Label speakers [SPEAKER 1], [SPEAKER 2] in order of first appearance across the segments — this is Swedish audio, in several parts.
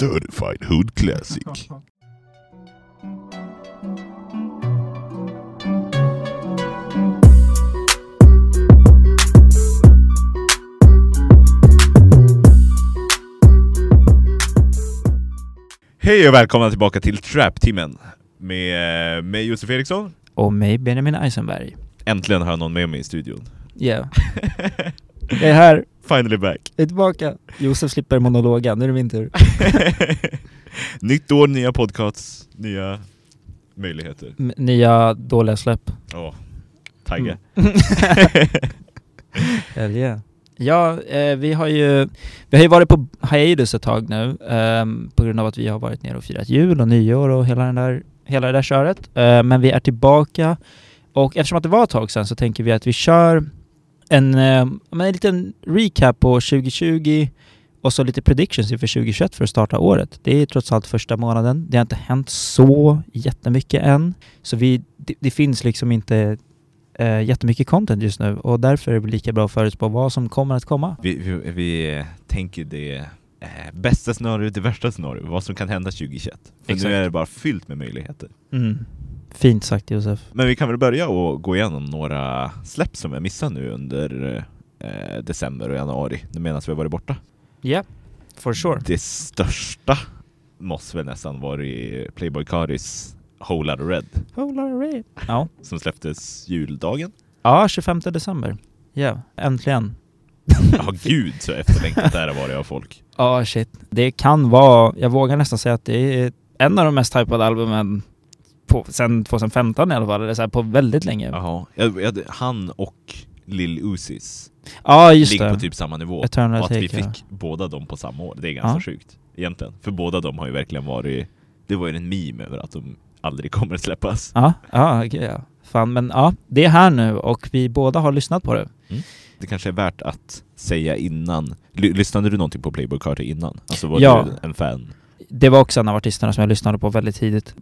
[SPEAKER 1] Certified Hood Classic. Hej och välkomna tillbaka till Trap-timmen med eh, mig Josef Eriksson.
[SPEAKER 2] Och mig Benjamin Eisenberg.
[SPEAKER 1] Äntligen har jag någon med mig i studion.
[SPEAKER 2] Ja, jag är här,
[SPEAKER 1] Finally back.
[SPEAKER 2] jag är tillbaka. Josef slipper monologen, nu är det min tur.
[SPEAKER 1] Nytt år, nya podcasts, nya möjligheter.
[SPEAKER 2] M- nya dåliga släpp.
[SPEAKER 1] Ja,
[SPEAKER 2] Mm.
[SPEAKER 1] tagga.
[SPEAKER 2] Hell yeah. Ja, eh, vi har ju vi har ju varit på hiatus ett tag nu ehm, på grund av att vi har varit nere och firat jul och nyår och hela, den där, hela det där köret. Eh, men vi är tillbaka och eftersom att det var ett tag sedan så tänker vi att vi kör en, eh, men en liten recap på 2020 och så lite predictions inför 2021 för att starta året. Det är trots allt första månaden. Det har inte hänt så jättemycket än. Så vi, det, det finns liksom inte eh, jättemycket content just nu och därför är det lika bra att förutspå vad som kommer att komma.
[SPEAKER 1] Vi, vi, vi eh, tänker det eh, bästa scenario, det värsta scenario, vad som kan hända 2021. För
[SPEAKER 2] Exakt.
[SPEAKER 1] nu är det bara fyllt med möjligheter.
[SPEAKER 2] Mm. Fint sagt Josef.
[SPEAKER 1] Men vi kan väl börja och gå igenom några släpp som jag missade nu under eh, december och januari, medan vi har varit borta.
[SPEAKER 2] Ja, for sure.
[SPEAKER 1] Det största måste väl nästan vara i Playboy Karis Whole Lotta Red,
[SPEAKER 2] Ja.
[SPEAKER 1] som släpptes juldagen.
[SPEAKER 2] ja, 25 december. Ja, äntligen.
[SPEAKER 1] Ja gud så efterlängtat det här har varit av folk.
[SPEAKER 2] Ja, shit. Det kan vara, jag vågar nästan säga att det är en av de mest hypade albumen på, sen 2015 i alla fall, eller så här, på väldigt länge. Ja,
[SPEAKER 1] Jaha. Jag, jag, han och Lil Uzis
[SPEAKER 2] just
[SPEAKER 1] ligger
[SPEAKER 2] det.
[SPEAKER 1] på typ samma nivå.
[SPEAKER 2] Eternal
[SPEAKER 1] Och att vi
[SPEAKER 2] Take, ja.
[SPEAKER 1] fick båda dem på samma år, det är ganska
[SPEAKER 2] Ja.
[SPEAKER 1] sjukt. Egentligen. För båda dem har ju verkligen varit... Det var ju en meme över att de aldrig kommer släppas.
[SPEAKER 2] Ja, ja, okej, ja. Fan, men ja, det är här nu och vi båda har lyssnat på det.
[SPEAKER 1] Det kanske är värt att säga innan. Ly- lyssnade du någonting på Playboy Carter innan? Alltså var
[SPEAKER 2] Ja.
[SPEAKER 1] du en fan?
[SPEAKER 2] Det var också en av artisterna som jag lyssnade på väldigt tidigt.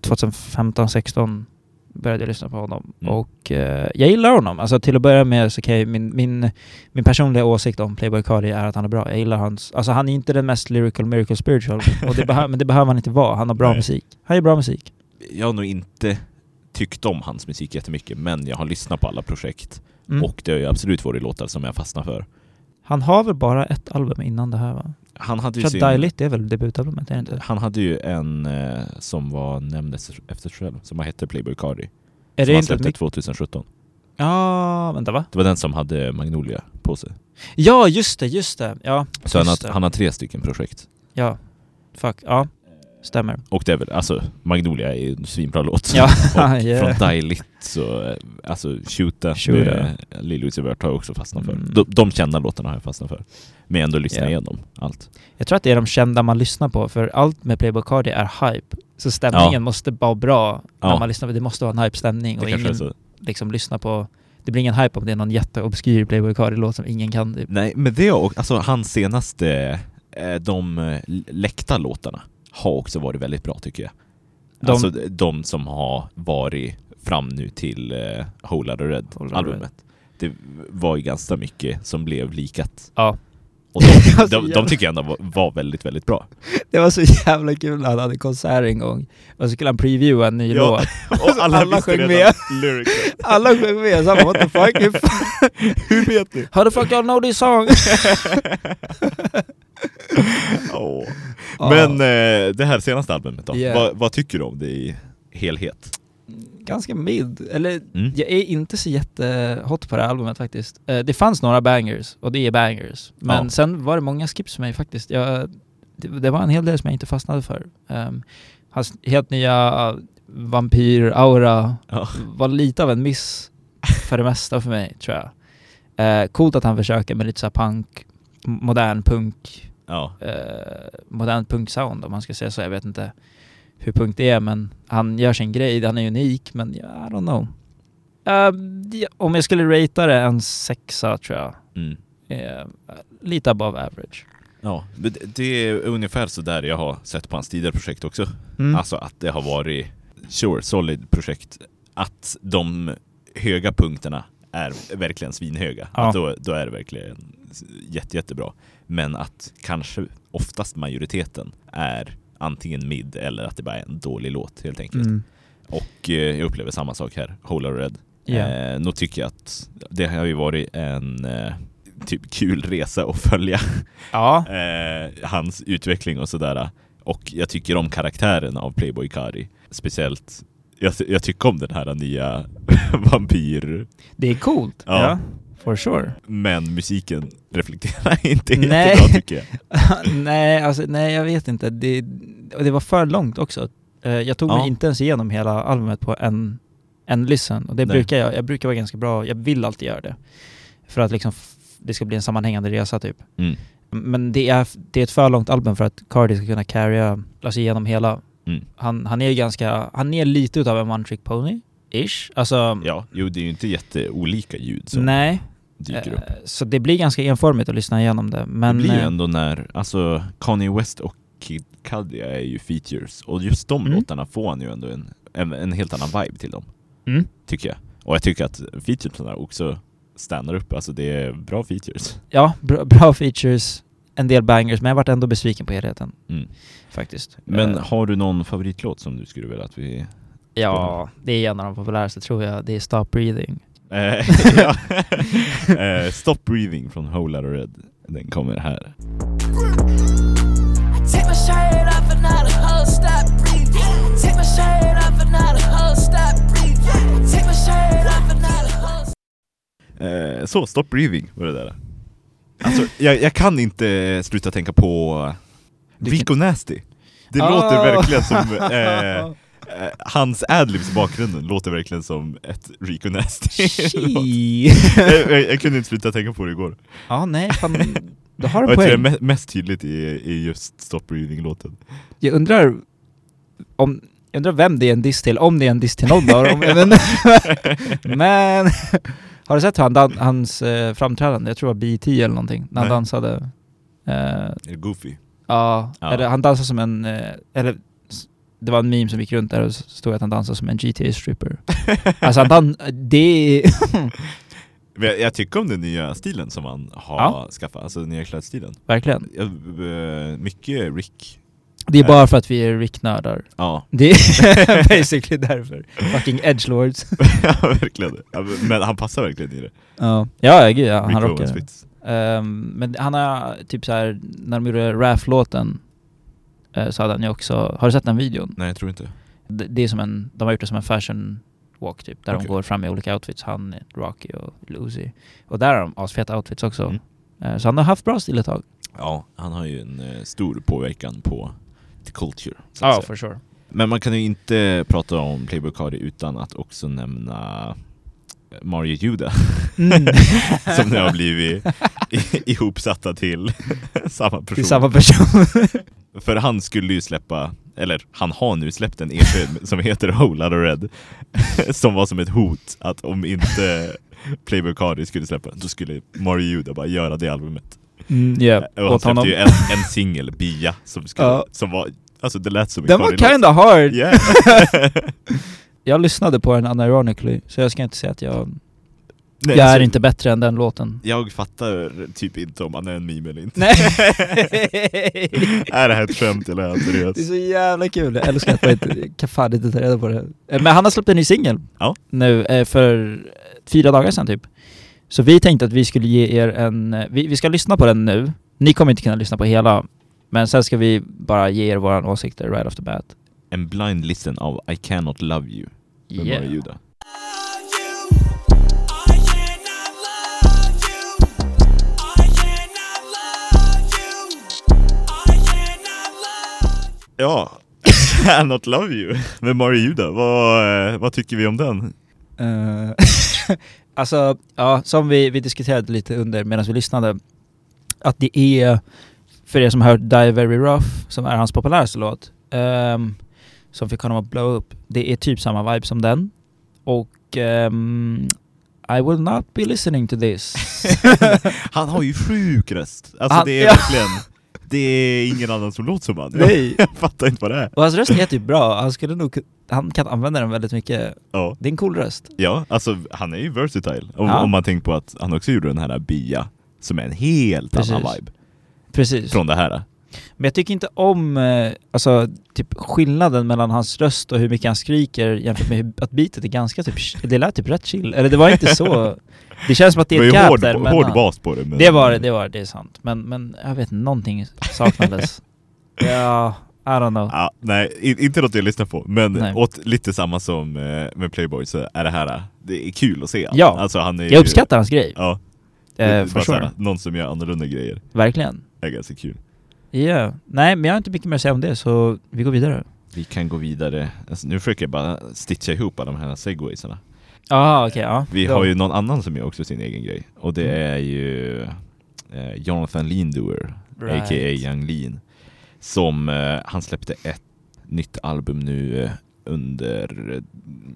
[SPEAKER 2] 2015, 16 började jag lyssna på honom.
[SPEAKER 1] Mm.
[SPEAKER 2] Och eh, jag gillar honom. Alltså till att börja med så kan jag, min, min, min personliga åsikt om Playboy Cardi är att han är bra. Jag gillar hans... Alltså han är inte den mest lyrical, miracle, spiritual. Och det behö- men det behöver han inte vara. Han har bra
[SPEAKER 1] Nej.
[SPEAKER 2] musik. Han gör bra musik.
[SPEAKER 1] Jag har nog inte tyckt om hans musik jättemycket, men jag har lyssnat på alla projekt.
[SPEAKER 2] Mm.
[SPEAKER 1] Och det har ju absolut varit låtar som jag fastnar för.
[SPEAKER 2] Han har väl bara ett album innan det här va?
[SPEAKER 1] Han hade
[SPEAKER 2] Jag
[SPEAKER 1] ju
[SPEAKER 2] tror att Die Lit är väl debutalbumet, är det inte?
[SPEAKER 1] Han hade ju en eh, som var nämndes efter sig själv, som hette Playboy Cardi.
[SPEAKER 2] Är
[SPEAKER 1] som
[SPEAKER 2] det
[SPEAKER 1] han
[SPEAKER 2] inte
[SPEAKER 1] släppte
[SPEAKER 2] mycket?
[SPEAKER 1] 2017.
[SPEAKER 2] Ja, vänta va?
[SPEAKER 1] Det var den som hade Magnolia på sig.
[SPEAKER 2] Ja, just det, just det. Ja,
[SPEAKER 1] Så han,
[SPEAKER 2] Just
[SPEAKER 1] har-
[SPEAKER 2] det.
[SPEAKER 1] han har tre stycken projekt.
[SPEAKER 2] ja. Fuck, ja. Stämmer.
[SPEAKER 1] Och det är väl, alltså Magnolia är ju en svinbra låt.
[SPEAKER 2] Ja,
[SPEAKER 1] Och
[SPEAKER 2] yeah.
[SPEAKER 1] från Die Lit så, eh, alltså Shoota
[SPEAKER 2] Shoota.
[SPEAKER 1] med Lil Uzi Vert har jag också fastnat för.
[SPEAKER 2] Mm.
[SPEAKER 1] De, de kända låtarna har jag fastnat för. Men jag ändå lyssnar
[SPEAKER 2] Ja.
[SPEAKER 1] igenom allt.
[SPEAKER 2] Jag tror att det är de kända man lyssnar på, för allt med Playboy Cardi är hype. Så stämningen
[SPEAKER 1] Ja.
[SPEAKER 2] måste vara bra när
[SPEAKER 1] Ja.
[SPEAKER 2] man lyssnar på det. måste vara en hype-stämning och
[SPEAKER 1] Det kanske är
[SPEAKER 2] ingen
[SPEAKER 1] så.
[SPEAKER 2] liksom lyssnar på... Det blir ingen hype om det är någon jätteobskyr Playboy Cardi-låt som ingen kan. Typ.
[SPEAKER 1] Nej, men det och alltså hans senaste, eh, de eh, läckta låtarna har också varit väldigt bra tycker jag.
[SPEAKER 2] De-
[SPEAKER 1] Alltså de som har varit fram nu till eh, Whole Lotta Red
[SPEAKER 2] Whole Lotta
[SPEAKER 1] albumet. Det var ju ganska mycket som blev likat.
[SPEAKER 2] Ja.
[SPEAKER 1] Och de,
[SPEAKER 2] Alltså,
[SPEAKER 1] de, de
[SPEAKER 2] jävlar.
[SPEAKER 1] tycker jag ändå var, var väldigt, väldigt bra.
[SPEAKER 2] Det var så jävla kul när han hade konsert en gång. Och så skulle han previewa en ny
[SPEAKER 1] Ja.
[SPEAKER 2] låt.
[SPEAKER 1] Och
[SPEAKER 2] Alltså, alla
[SPEAKER 1] visste
[SPEAKER 2] sjöng
[SPEAKER 1] redan
[SPEAKER 2] med.
[SPEAKER 1] lyricsen.
[SPEAKER 2] Alla sjöng med, så han bara, what the fuck? Hur fan-
[SPEAKER 1] Hur vet ni?
[SPEAKER 2] How the fuck y'all know this song?
[SPEAKER 1] Åh.
[SPEAKER 2] Ja,
[SPEAKER 1] Men eh, det här senaste albumet då?
[SPEAKER 2] Yeah.
[SPEAKER 1] Vad, vad tycker du om det i helhet?
[SPEAKER 2] Ganska mild. Eller
[SPEAKER 1] Mm.
[SPEAKER 2] Jag är inte så jättehot på det här albumet faktiskt. Eh, Det fanns några bangers, och det är bangers. Men
[SPEAKER 1] Ja.
[SPEAKER 2] sen var det många skips för mig faktiskt. Jag, det, det var en hel del som jag inte fastnade för. Ehm, hans helt nya eh, vampyr-aura
[SPEAKER 1] Ja.
[SPEAKER 2] var lite av en miss för det mesta för mig, tror jag. Eh, coolt att han försöker med lite så här punk, modern punk
[SPEAKER 1] Ja.
[SPEAKER 2] eh, modern punksound om man ska säga så. Jag vet inte hur punk det är men han gör sin grej, han är unik men ja, I don't know. Eh, ja, om jag skulle ratea det en sexa tror jag.
[SPEAKER 1] Mm.
[SPEAKER 2] Eh, lite above average.
[SPEAKER 1] Ja, men det- det är ungefär så där jag har sett på hans tidigare projekt också.
[SPEAKER 2] Mm.
[SPEAKER 1] Alltså att det har varit, sure, solid projekt. Att de höga punkterna är verkligen svinhöga,
[SPEAKER 2] Ja.
[SPEAKER 1] att då, då är det verkligen jätte, jättebra. Men att kanske oftast majoriteten är antingen mid eller att det bara är en dålig låt helt enkelt.
[SPEAKER 2] Mm.
[SPEAKER 1] Och eh, jag upplever samma sak här, Hole of Red.
[SPEAKER 2] Ja.
[SPEAKER 1] Eh, nog tycker jag att det har ju varit en eh, typ kul resa att följa
[SPEAKER 2] ja.
[SPEAKER 1] eh, hans utveckling och sådär. Och jag tycker om karaktären av Playboy Kari. Speciellt, jag, jag tycker om den här nya vampyr,
[SPEAKER 2] Det är coolt.
[SPEAKER 1] Ja.
[SPEAKER 2] Ja. For sure.
[SPEAKER 1] men musiken reflekterar inte
[SPEAKER 2] Nej.
[SPEAKER 1] jättebra tycker jag.
[SPEAKER 2] nej, alltså, nej, jag vet inte. Det, och det var för långt också. Eh, jag tog
[SPEAKER 1] Ja.
[SPEAKER 2] mig inte ens igenom hela albumet på en, en listen. Och det
[SPEAKER 1] Nej.
[SPEAKER 2] brukar jag. Jag brukar vara ganska bra. Jag vill alltid göra det. För att liksom f- det ska bli en sammanhängande resa typ.
[SPEAKER 1] Mm.
[SPEAKER 2] Men det är, det är ett för långt album för att Cardi ska kunna carrya, alltså igenom hela.
[SPEAKER 1] Mm.
[SPEAKER 2] Han, han är ju ganska, han är lite utav en one trick pony, ish. Alltså,
[SPEAKER 1] Ja, jo det är ju inte jätteolika ljud som
[SPEAKER 2] nej.
[SPEAKER 1] dyker
[SPEAKER 2] eh,
[SPEAKER 1] upp.
[SPEAKER 2] Så det blir ganska enformigt att lyssna igenom det. Men,
[SPEAKER 1] det blir ju
[SPEAKER 2] eh,
[SPEAKER 1] ändå när, alltså Kanye West och Kid Cudi är ju features och just de
[SPEAKER 2] Mm.
[SPEAKER 1] låtarna får han ju ändå en, en, en helt annan vibe till dem,
[SPEAKER 2] mm,
[SPEAKER 1] tycker jag. Och jag tycker att featuresarna också stannar upp, alltså det är bra features.
[SPEAKER 2] ja, bra, bra features, en del bangers, men jag vart ändå besviken på helheten.
[SPEAKER 1] Mm.
[SPEAKER 2] Faktiskt.
[SPEAKER 1] Men
[SPEAKER 2] Eh,
[SPEAKER 1] har du någon favoritlåt som du skulle vilja att vi...
[SPEAKER 2] ja, det är en av de populäraste tror jag. Det är Stop Breathing.
[SPEAKER 1] Eh, ja. Eh, Stop Breathing från Whole Lotta Red. Den kommer här.
[SPEAKER 3] I take my shirt off and not a hoe stop breathing. I Take my shirt off and not a hoe stop breathing. I Take my shirt off and not a hoe
[SPEAKER 1] Eh, så, Stop Breathing var det där. Alltså, jag, jag kan inte sluta tänka på
[SPEAKER 2] Du kan-
[SPEAKER 1] Rico Nasty. Det
[SPEAKER 2] Ah.
[SPEAKER 1] låter verkligen som... Eh, eh, hans adlibs i bakgrunden låter verkligen som ett Rico Nasty.
[SPEAKER 2] Shit.
[SPEAKER 1] jag, jag, jag kunde inte sluta tänka på det igår.
[SPEAKER 2] ja, nej, fan. Du har
[SPEAKER 1] Och jag
[SPEAKER 2] en
[SPEAKER 1] tror det är
[SPEAKER 2] poäng.
[SPEAKER 1] me- mest tydligt i, i just Stop Breathing-låten.
[SPEAKER 2] Jag undrar om jag undrar vem det är en diss till, om det är en diss till någon av dem. Jag vet inte. Men har du sett han, dan- hans eh, framträdande? Jag tror det var BT eller någonting, när han
[SPEAKER 1] Nej.
[SPEAKER 2] dansade. Eh,
[SPEAKER 1] Är det Goofy?
[SPEAKER 2] ja,
[SPEAKER 1] Ja.
[SPEAKER 2] Eller, han dansade som en, eh, eller s- det var en meme som gick runt där och s- stod att han dansade som en GTA-stripper. alltså han dan- det är...
[SPEAKER 1] Men jag, jag tycker om den nya stilen som han har
[SPEAKER 2] Ja.
[SPEAKER 1] skaffat, alltså den nya klädstilen.
[SPEAKER 2] Verkligen.
[SPEAKER 1] Jag, eh, mycket Rick.
[SPEAKER 2] Det är bara för att vi är Rick-nördar.
[SPEAKER 1] Ja,
[SPEAKER 2] Det är basically därför. Fucking edgelords.
[SPEAKER 1] verkligen. Ja, Men han passar verkligen i det.
[SPEAKER 2] Ja, ja gud ja,
[SPEAKER 1] Rick
[SPEAKER 2] han rockar.
[SPEAKER 1] Owens fits.
[SPEAKER 2] Ehm, men han har typ så här när de gjorde Raff-låten eh, så hade han ju också, har du sett den videon?
[SPEAKER 1] Nej, jag tror inte.
[SPEAKER 2] Det, det är som en, de har gjort det som en fashion walk typ, där
[SPEAKER 1] Okej.
[SPEAKER 2] de går fram i olika outfits, han, Rocky och Lucy. Och där har de asfeta outfits också.
[SPEAKER 1] Mm.
[SPEAKER 2] Eh, så han har haft bra stil ett tag.
[SPEAKER 1] Ja, han har ju en eh, stor påverkan på the culture. så att
[SPEAKER 2] Ja,
[SPEAKER 1] säga.
[SPEAKER 2] for sure.
[SPEAKER 1] Men man kan ju inte prata om Playboy Cardi utan att också nämna Mario Juda
[SPEAKER 2] Mm.
[SPEAKER 1] som nu har blivit i- ihopsatta till samma person.
[SPEAKER 2] Till samma person.
[SPEAKER 1] För han skulle ju släppa, eller han har nu släppt en EP som heter Whole Lotta Red Som var som ett hot att om inte Playboy Cardi skulle släppa den, då skulle Mario Juda bara göra det albumet
[SPEAKER 2] Mm, yeah.
[SPEAKER 1] Och han
[SPEAKER 2] Åt
[SPEAKER 1] släppte
[SPEAKER 2] honom.
[SPEAKER 1] ju en, en singel, Bia, som, skulle,
[SPEAKER 2] Ja.
[SPEAKER 1] som var, alltså det lät som en
[SPEAKER 2] Den var
[SPEAKER 1] Cardi-låt.
[SPEAKER 2] kinda hard.
[SPEAKER 1] Yeah.
[SPEAKER 2] Jag lyssnade på den unironically, så jag ska inte säga att jag,
[SPEAKER 1] Nej,
[SPEAKER 2] jag är
[SPEAKER 1] alltså,
[SPEAKER 2] inte bättre än den låten.
[SPEAKER 1] Jag fattar typ inte om han är en meme eller inte
[SPEAKER 2] Nej!
[SPEAKER 1] Är det här ett skämt eller är han seriös?
[SPEAKER 2] Det är så jävla kul, jag älskar att man inte kan fan inte ta reda på det. Eh, Men han har släppt en ny singel
[SPEAKER 1] Ja.
[SPEAKER 2] nu eh, för fyra dagar sedan typ. Så vi tänkte att vi skulle ge er en, eh, vi, vi ska lyssna på den nu. Ni kommer inte kunna lyssna på hela, men sen ska vi bara ge er våran åsikter right off the bat.
[SPEAKER 1] En blind listen av I cannot love you med
[SPEAKER 2] Yeah.
[SPEAKER 1] Mario Juda Ja, I cannot love you med Mario Juda. Vad, eh, vad tycker vi om den?
[SPEAKER 2] Eh, alltså, ja, som vi, vi diskuterade lite under medan vi lyssnade, att det är, för er som har hört Die Very Rough, som är hans populäraste låt, ehm, som fick honom att blow up, det är typ samma vibe som den. Och ehm, I will not be listening to this.
[SPEAKER 1] Han har ju sjuk röst. Alltså
[SPEAKER 2] Han-
[SPEAKER 1] det är
[SPEAKER 2] ja.
[SPEAKER 1] verkligen Det är ingen annan som låter som han. Jag,
[SPEAKER 2] Nej!
[SPEAKER 1] jag fattar inte vad det är.
[SPEAKER 2] Och hans röst är typ bra, han skulle nog, ku- han kan använda den väldigt mycket.
[SPEAKER 1] Ja,
[SPEAKER 2] Det är en cool röst.
[SPEAKER 1] ja alltså han är ju versatile. Om,
[SPEAKER 2] Ja.
[SPEAKER 1] om man tänker på att han också gjorde den här Bia, som är en helt annan
[SPEAKER 2] Precis.
[SPEAKER 1] vibe
[SPEAKER 2] Precis.
[SPEAKER 1] från det här.
[SPEAKER 2] Men jag tycker inte om, eh, alltså typ skillnaden mellan hans röst och hur mycket han skriker jämfört med hur, att beatet är ganska typ, sh- det lät typ rätt chill. Eller det var inte så, det känns som att det
[SPEAKER 1] Det var
[SPEAKER 2] är ett
[SPEAKER 1] ju
[SPEAKER 2] gap
[SPEAKER 1] hård,
[SPEAKER 2] där men,
[SPEAKER 1] hård
[SPEAKER 2] ja.
[SPEAKER 1] bas på det. Men,
[SPEAKER 2] Det var det, det var det, det är sant. Men, men jag vet inte, någonting saknades. ja, I don't know.
[SPEAKER 1] Ja, nej, i- inte något jag lyssnar på, men
[SPEAKER 2] Nej.
[SPEAKER 1] åt lite samma som eh, med Playboy så är det här, eh, det är kul att se.
[SPEAKER 2] Ja.
[SPEAKER 1] Alltså, han är ju-
[SPEAKER 2] Jag uppskattar hans grej.
[SPEAKER 1] Ja, det är
[SPEAKER 2] Eh,
[SPEAKER 1] bara
[SPEAKER 2] for
[SPEAKER 1] så här,
[SPEAKER 2] sure.
[SPEAKER 1] Någon som gör annorlunda grejer
[SPEAKER 2] Verkligen.
[SPEAKER 1] är ganska kul.
[SPEAKER 2] Ja. Nej, men jag har inte mycket mer att säga om det, så vi går vidare.
[SPEAKER 1] Vi kan gå vidare. Alltså, nu försöker jag bara stitcha ihop alla de här segwaysarna.
[SPEAKER 2] Ah, okej, ja.
[SPEAKER 1] Vi
[SPEAKER 2] Då-
[SPEAKER 1] har ju någon annan som gör också sin egen grej och det är ju eh, Jonathan Lindor,
[SPEAKER 2] Right.
[SPEAKER 1] a.k.a. Young Lean, som eh, han släppte ett nytt album nu eh, under, eh,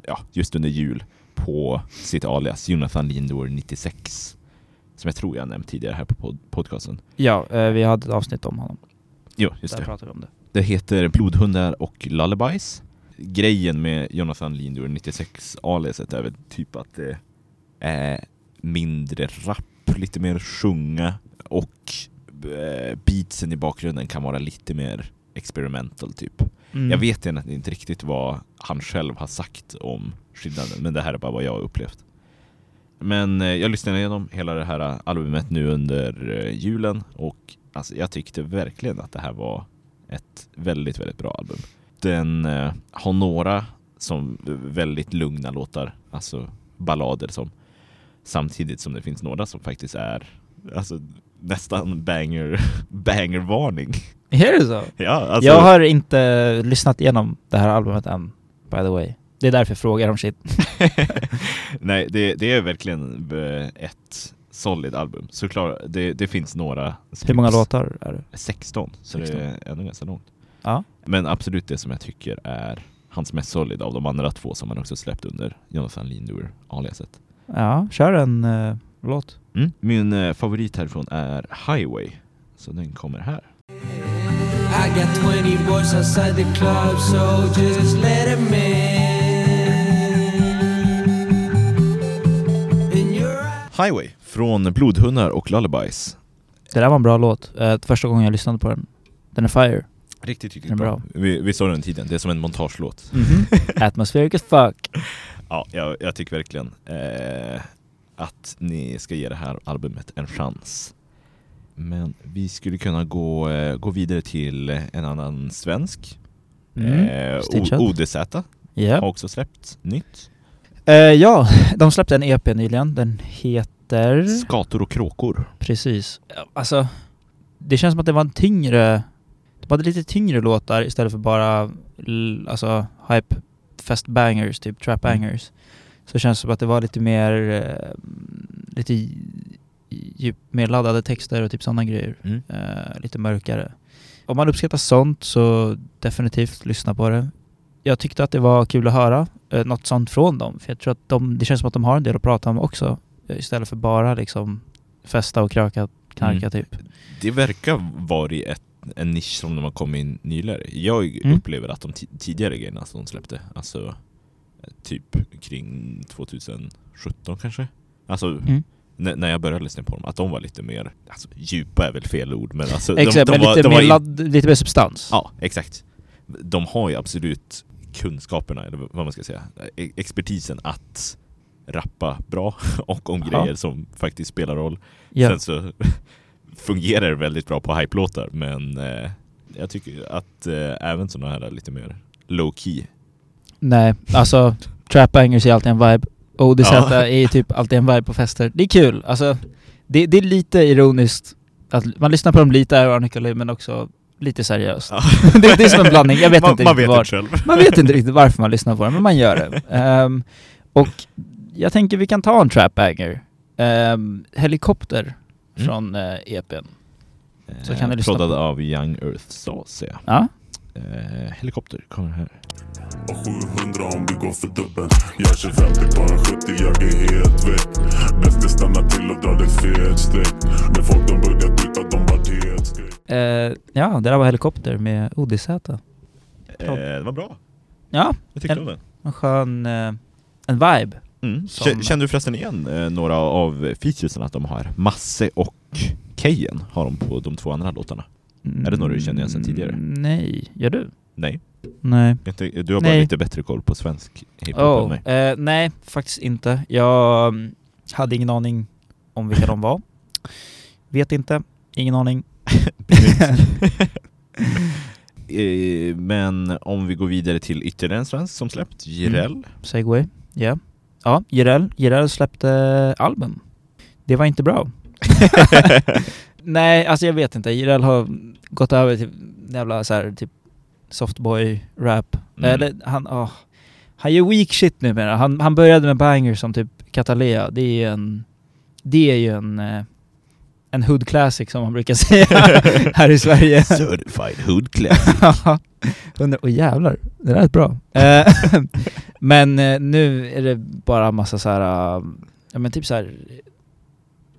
[SPEAKER 1] ja, just under jul på sitt alias Jonathan Lindor 96, som jag tror jag nämnt tidigare här på pod- podcasten.
[SPEAKER 2] Ja, eh, vi hade ett avsnitt om honom.
[SPEAKER 1] Jo, just
[SPEAKER 2] Där
[SPEAKER 1] det.
[SPEAKER 2] pratade vi om det.
[SPEAKER 1] Det heter Blodhundar och Lullabies. Grejen med Jonathan Lindor 96 aliaset är väl typ att det är mindre rap, lite mer sjunga och eh, beatsen i bakgrunden kan vara lite mer experimental typ.
[SPEAKER 2] Mm.
[SPEAKER 1] Jag vet egentligen inte riktigt vad han själv har sagt om skillnaden, men det här är bara vad jag har upplevt. Men eh, jag lyssnade igenom hela det här eh, albumet nu under eh, julen och alltså, jag tyckte verkligen att det här var ett väldigt, väldigt bra album. Den eh, har några som eh, väldigt lugna låtar, alltså ballader som samtidigt som det finns några som faktiskt är alltså, nästan banger, banger-varning.
[SPEAKER 2] Är det så?
[SPEAKER 1] Ja, alltså,
[SPEAKER 2] Jag har inte lyssnat igenom det här albumet än, by the way. Det är därför jag frågar om shit.
[SPEAKER 1] Nej, det, det är verkligen eh, ett solid album. Såklart, det, det finns några.
[SPEAKER 2] Hur många låtar är det?
[SPEAKER 1] 16, så det är ändå ganska långt.
[SPEAKER 2] Ja.
[SPEAKER 1] Men absolut det som jag tycker är hans mest solid av de andra två som han också släppt under Jonathan Lindor aliaset.
[SPEAKER 2] Ja, kör en eh, låt.
[SPEAKER 1] Mm. Min eh, favorit härifrån är Highway, så den kommer här.
[SPEAKER 4] I got 20 boys outside the club, so just let 'em in. And you're right.
[SPEAKER 1] Highway från Blodhundar och Lullabies.
[SPEAKER 2] Det där var en bra låt. Eh, första gången jag lyssnade på den. Den är fire.
[SPEAKER 1] Riktigt, riktigt
[SPEAKER 2] Den är
[SPEAKER 1] bra.
[SPEAKER 2] bra.
[SPEAKER 1] Vi, vi sa det under tiden, det är som en montagelåt.
[SPEAKER 2] Mhm. Atmospheric as fuck.
[SPEAKER 1] Ja, jag, jag tycker verkligen eh, att ni ska ge det här albumet en chans. Men vi skulle kunna gå, eh, gå vidare till en annan svensk.
[SPEAKER 2] Mm.
[SPEAKER 1] eh, O-
[SPEAKER 2] Stitched.
[SPEAKER 1] ODZ
[SPEAKER 2] Japp.
[SPEAKER 1] har också släppt nytt.
[SPEAKER 2] Eh, ja, de släppte en EP nyligen. Den heter...
[SPEAKER 1] Skator och kråkor.
[SPEAKER 2] Precis. Ja, Alltså, det känns som att det var en tyngre... De hade lite tyngre låtar istället för bara l- alltså, hype fest bangers, typ trap bangers. Så det känns som att det var lite mer... eh, lite dj- djup, mer laddade texter och typ sådana grejer.
[SPEAKER 1] Mm.
[SPEAKER 2] Eh, lite mörkare. Om man uppskattar sånt så definitivt lyssna på det. Jag tyckte att det var kul att höra eh, något sånt från dem. För jag tror att de, det känns som att de har en del att prata om också. eh, Istället för bara liksom festa och kröka, knarka
[SPEAKER 1] Mm.
[SPEAKER 2] typ.
[SPEAKER 1] Det verkar vara i ett, en nisch som de har kommit in nyligare. Jag
[SPEAKER 2] Mm.
[SPEAKER 1] upplever att de ti- tidigare grejerna som de släppte, alltså eh, typ kring 2017 kanske? Alltså
[SPEAKER 2] Mm.
[SPEAKER 1] när, när jag började lyssna på dem, att de var lite mer, alltså djupa är väl fel ord men alltså
[SPEAKER 2] Exakt,
[SPEAKER 1] de, de
[SPEAKER 2] men
[SPEAKER 1] var,
[SPEAKER 2] lite,
[SPEAKER 1] de
[SPEAKER 2] mer
[SPEAKER 1] var in-
[SPEAKER 2] ladd, lite mer substans.
[SPEAKER 1] Ja, exakt. De har ju absolut kunskaperna, eller vad man ska säga, e- expertisen att rappa bra och om
[SPEAKER 2] Ja.
[SPEAKER 1] grejer som faktiskt spelar roll.
[SPEAKER 2] Ja.
[SPEAKER 1] Sen så fungerar det väldigt bra på hype-låtar men eh, jag tycker att eh, även sådana här lite mer low-key.
[SPEAKER 2] Nej, alltså trap bangers är alltid en vibe. ODZ
[SPEAKER 1] Ja.
[SPEAKER 2] är typ alltid en vibe på fester. Det är kul, alltså det, det är lite ironiskt att man lyssnar på dem lite ironically men också lite seriöst. det, det är som en blandning, jag vet
[SPEAKER 1] man,
[SPEAKER 2] inte
[SPEAKER 1] man
[SPEAKER 2] riktigt
[SPEAKER 1] vet
[SPEAKER 2] var.
[SPEAKER 1] inte själv. Mm.
[SPEAKER 2] Man vet inte riktigt varför man lyssnar på dem, men man gör det. Ehm, och jag tänker vi kan ta en trap banger. Ehm, helikopter
[SPEAKER 1] Mm.
[SPEAKER 2] från eh, EPn. Så
[SPEAKER 1] Eh,
[SPEAKER 2] kan ni lyssna
[SPEAKER 1] proddad
[SPEAKER 2] på-
[SPEAKER 1] av Young Earth Stars, ja.
[SPEAKER 2] Ja,
[SPEAKER 1] Eh, helikopter kommer här.
[SPEAKER 5] Och 700 om du går för dubbeln Jag kör 50 på en 70, jag är helt väck Bäst det stanna till och dra dig fet streck Men folk de börjar tycka de vart helt skräck
[SPEAKER 2] Eh, ja, det där var Helikopter med Odysäta.
[SPEAKER 1] Eh, det var bra.
[SPEAKER 2] Ja,
[SPEAKER 1] Jag tyckte
[SPEAKER 2] En-
[SPEAKER 1] om den.
[SPEAKER 2] en skön... Eh, en vibe.
[SPEAKER 1] Mm.
[SPEAKER 2] som-
[SPEAKER 1] K- Känner du förresten igen eh, några av featuresen att de har? Masse och Kejen har de på de två andra låtarna. Är det några du känner igen sedan tidigare?
[SPEAKER 2] Mm, Nej. Gör du?
[SPEAKER 1] Nej,
[SPEAKER 2] Nej.
[SPEAKER 1] jag tyck- du har bara
[SPEAKER 2] Nej.
[SPEAKER 1] lite bättre koll på svensk hiphop än mig.
[SPEAKER 2] Oh, eh, nej, faktiskt inte. Jag mm, hade ingen aning om vilka de var. Vet inte. Ingen aning.
[SPEAKER 1] Eh, Men om vi går vidare till ytterligare en svensk som släppt, Jireel.
[SPEAKER 2] Segway. Ja. Ja, Jireel. Jireel släppte album. Det var inte bra. Nej, alltså jag vet inte. Jireel har gått över till jävla så här, typ softboy-rap.
[SPEAKER 1] Mm.
[SPEAKER 2] Eller han, åh. Han gör weak shit numera. Han, han började med bangers som typ Catalea. Det är en... Det är ju en... eh, En hood classic som man brukar säga här i Sverige.
[SPEAKER 1] Certified Hood Class.
[SPEAKER 2] Undrar, åh jävlar, det där är bra. Eh, men eh, nu är det bara massa så här, eh, ja men typ så här.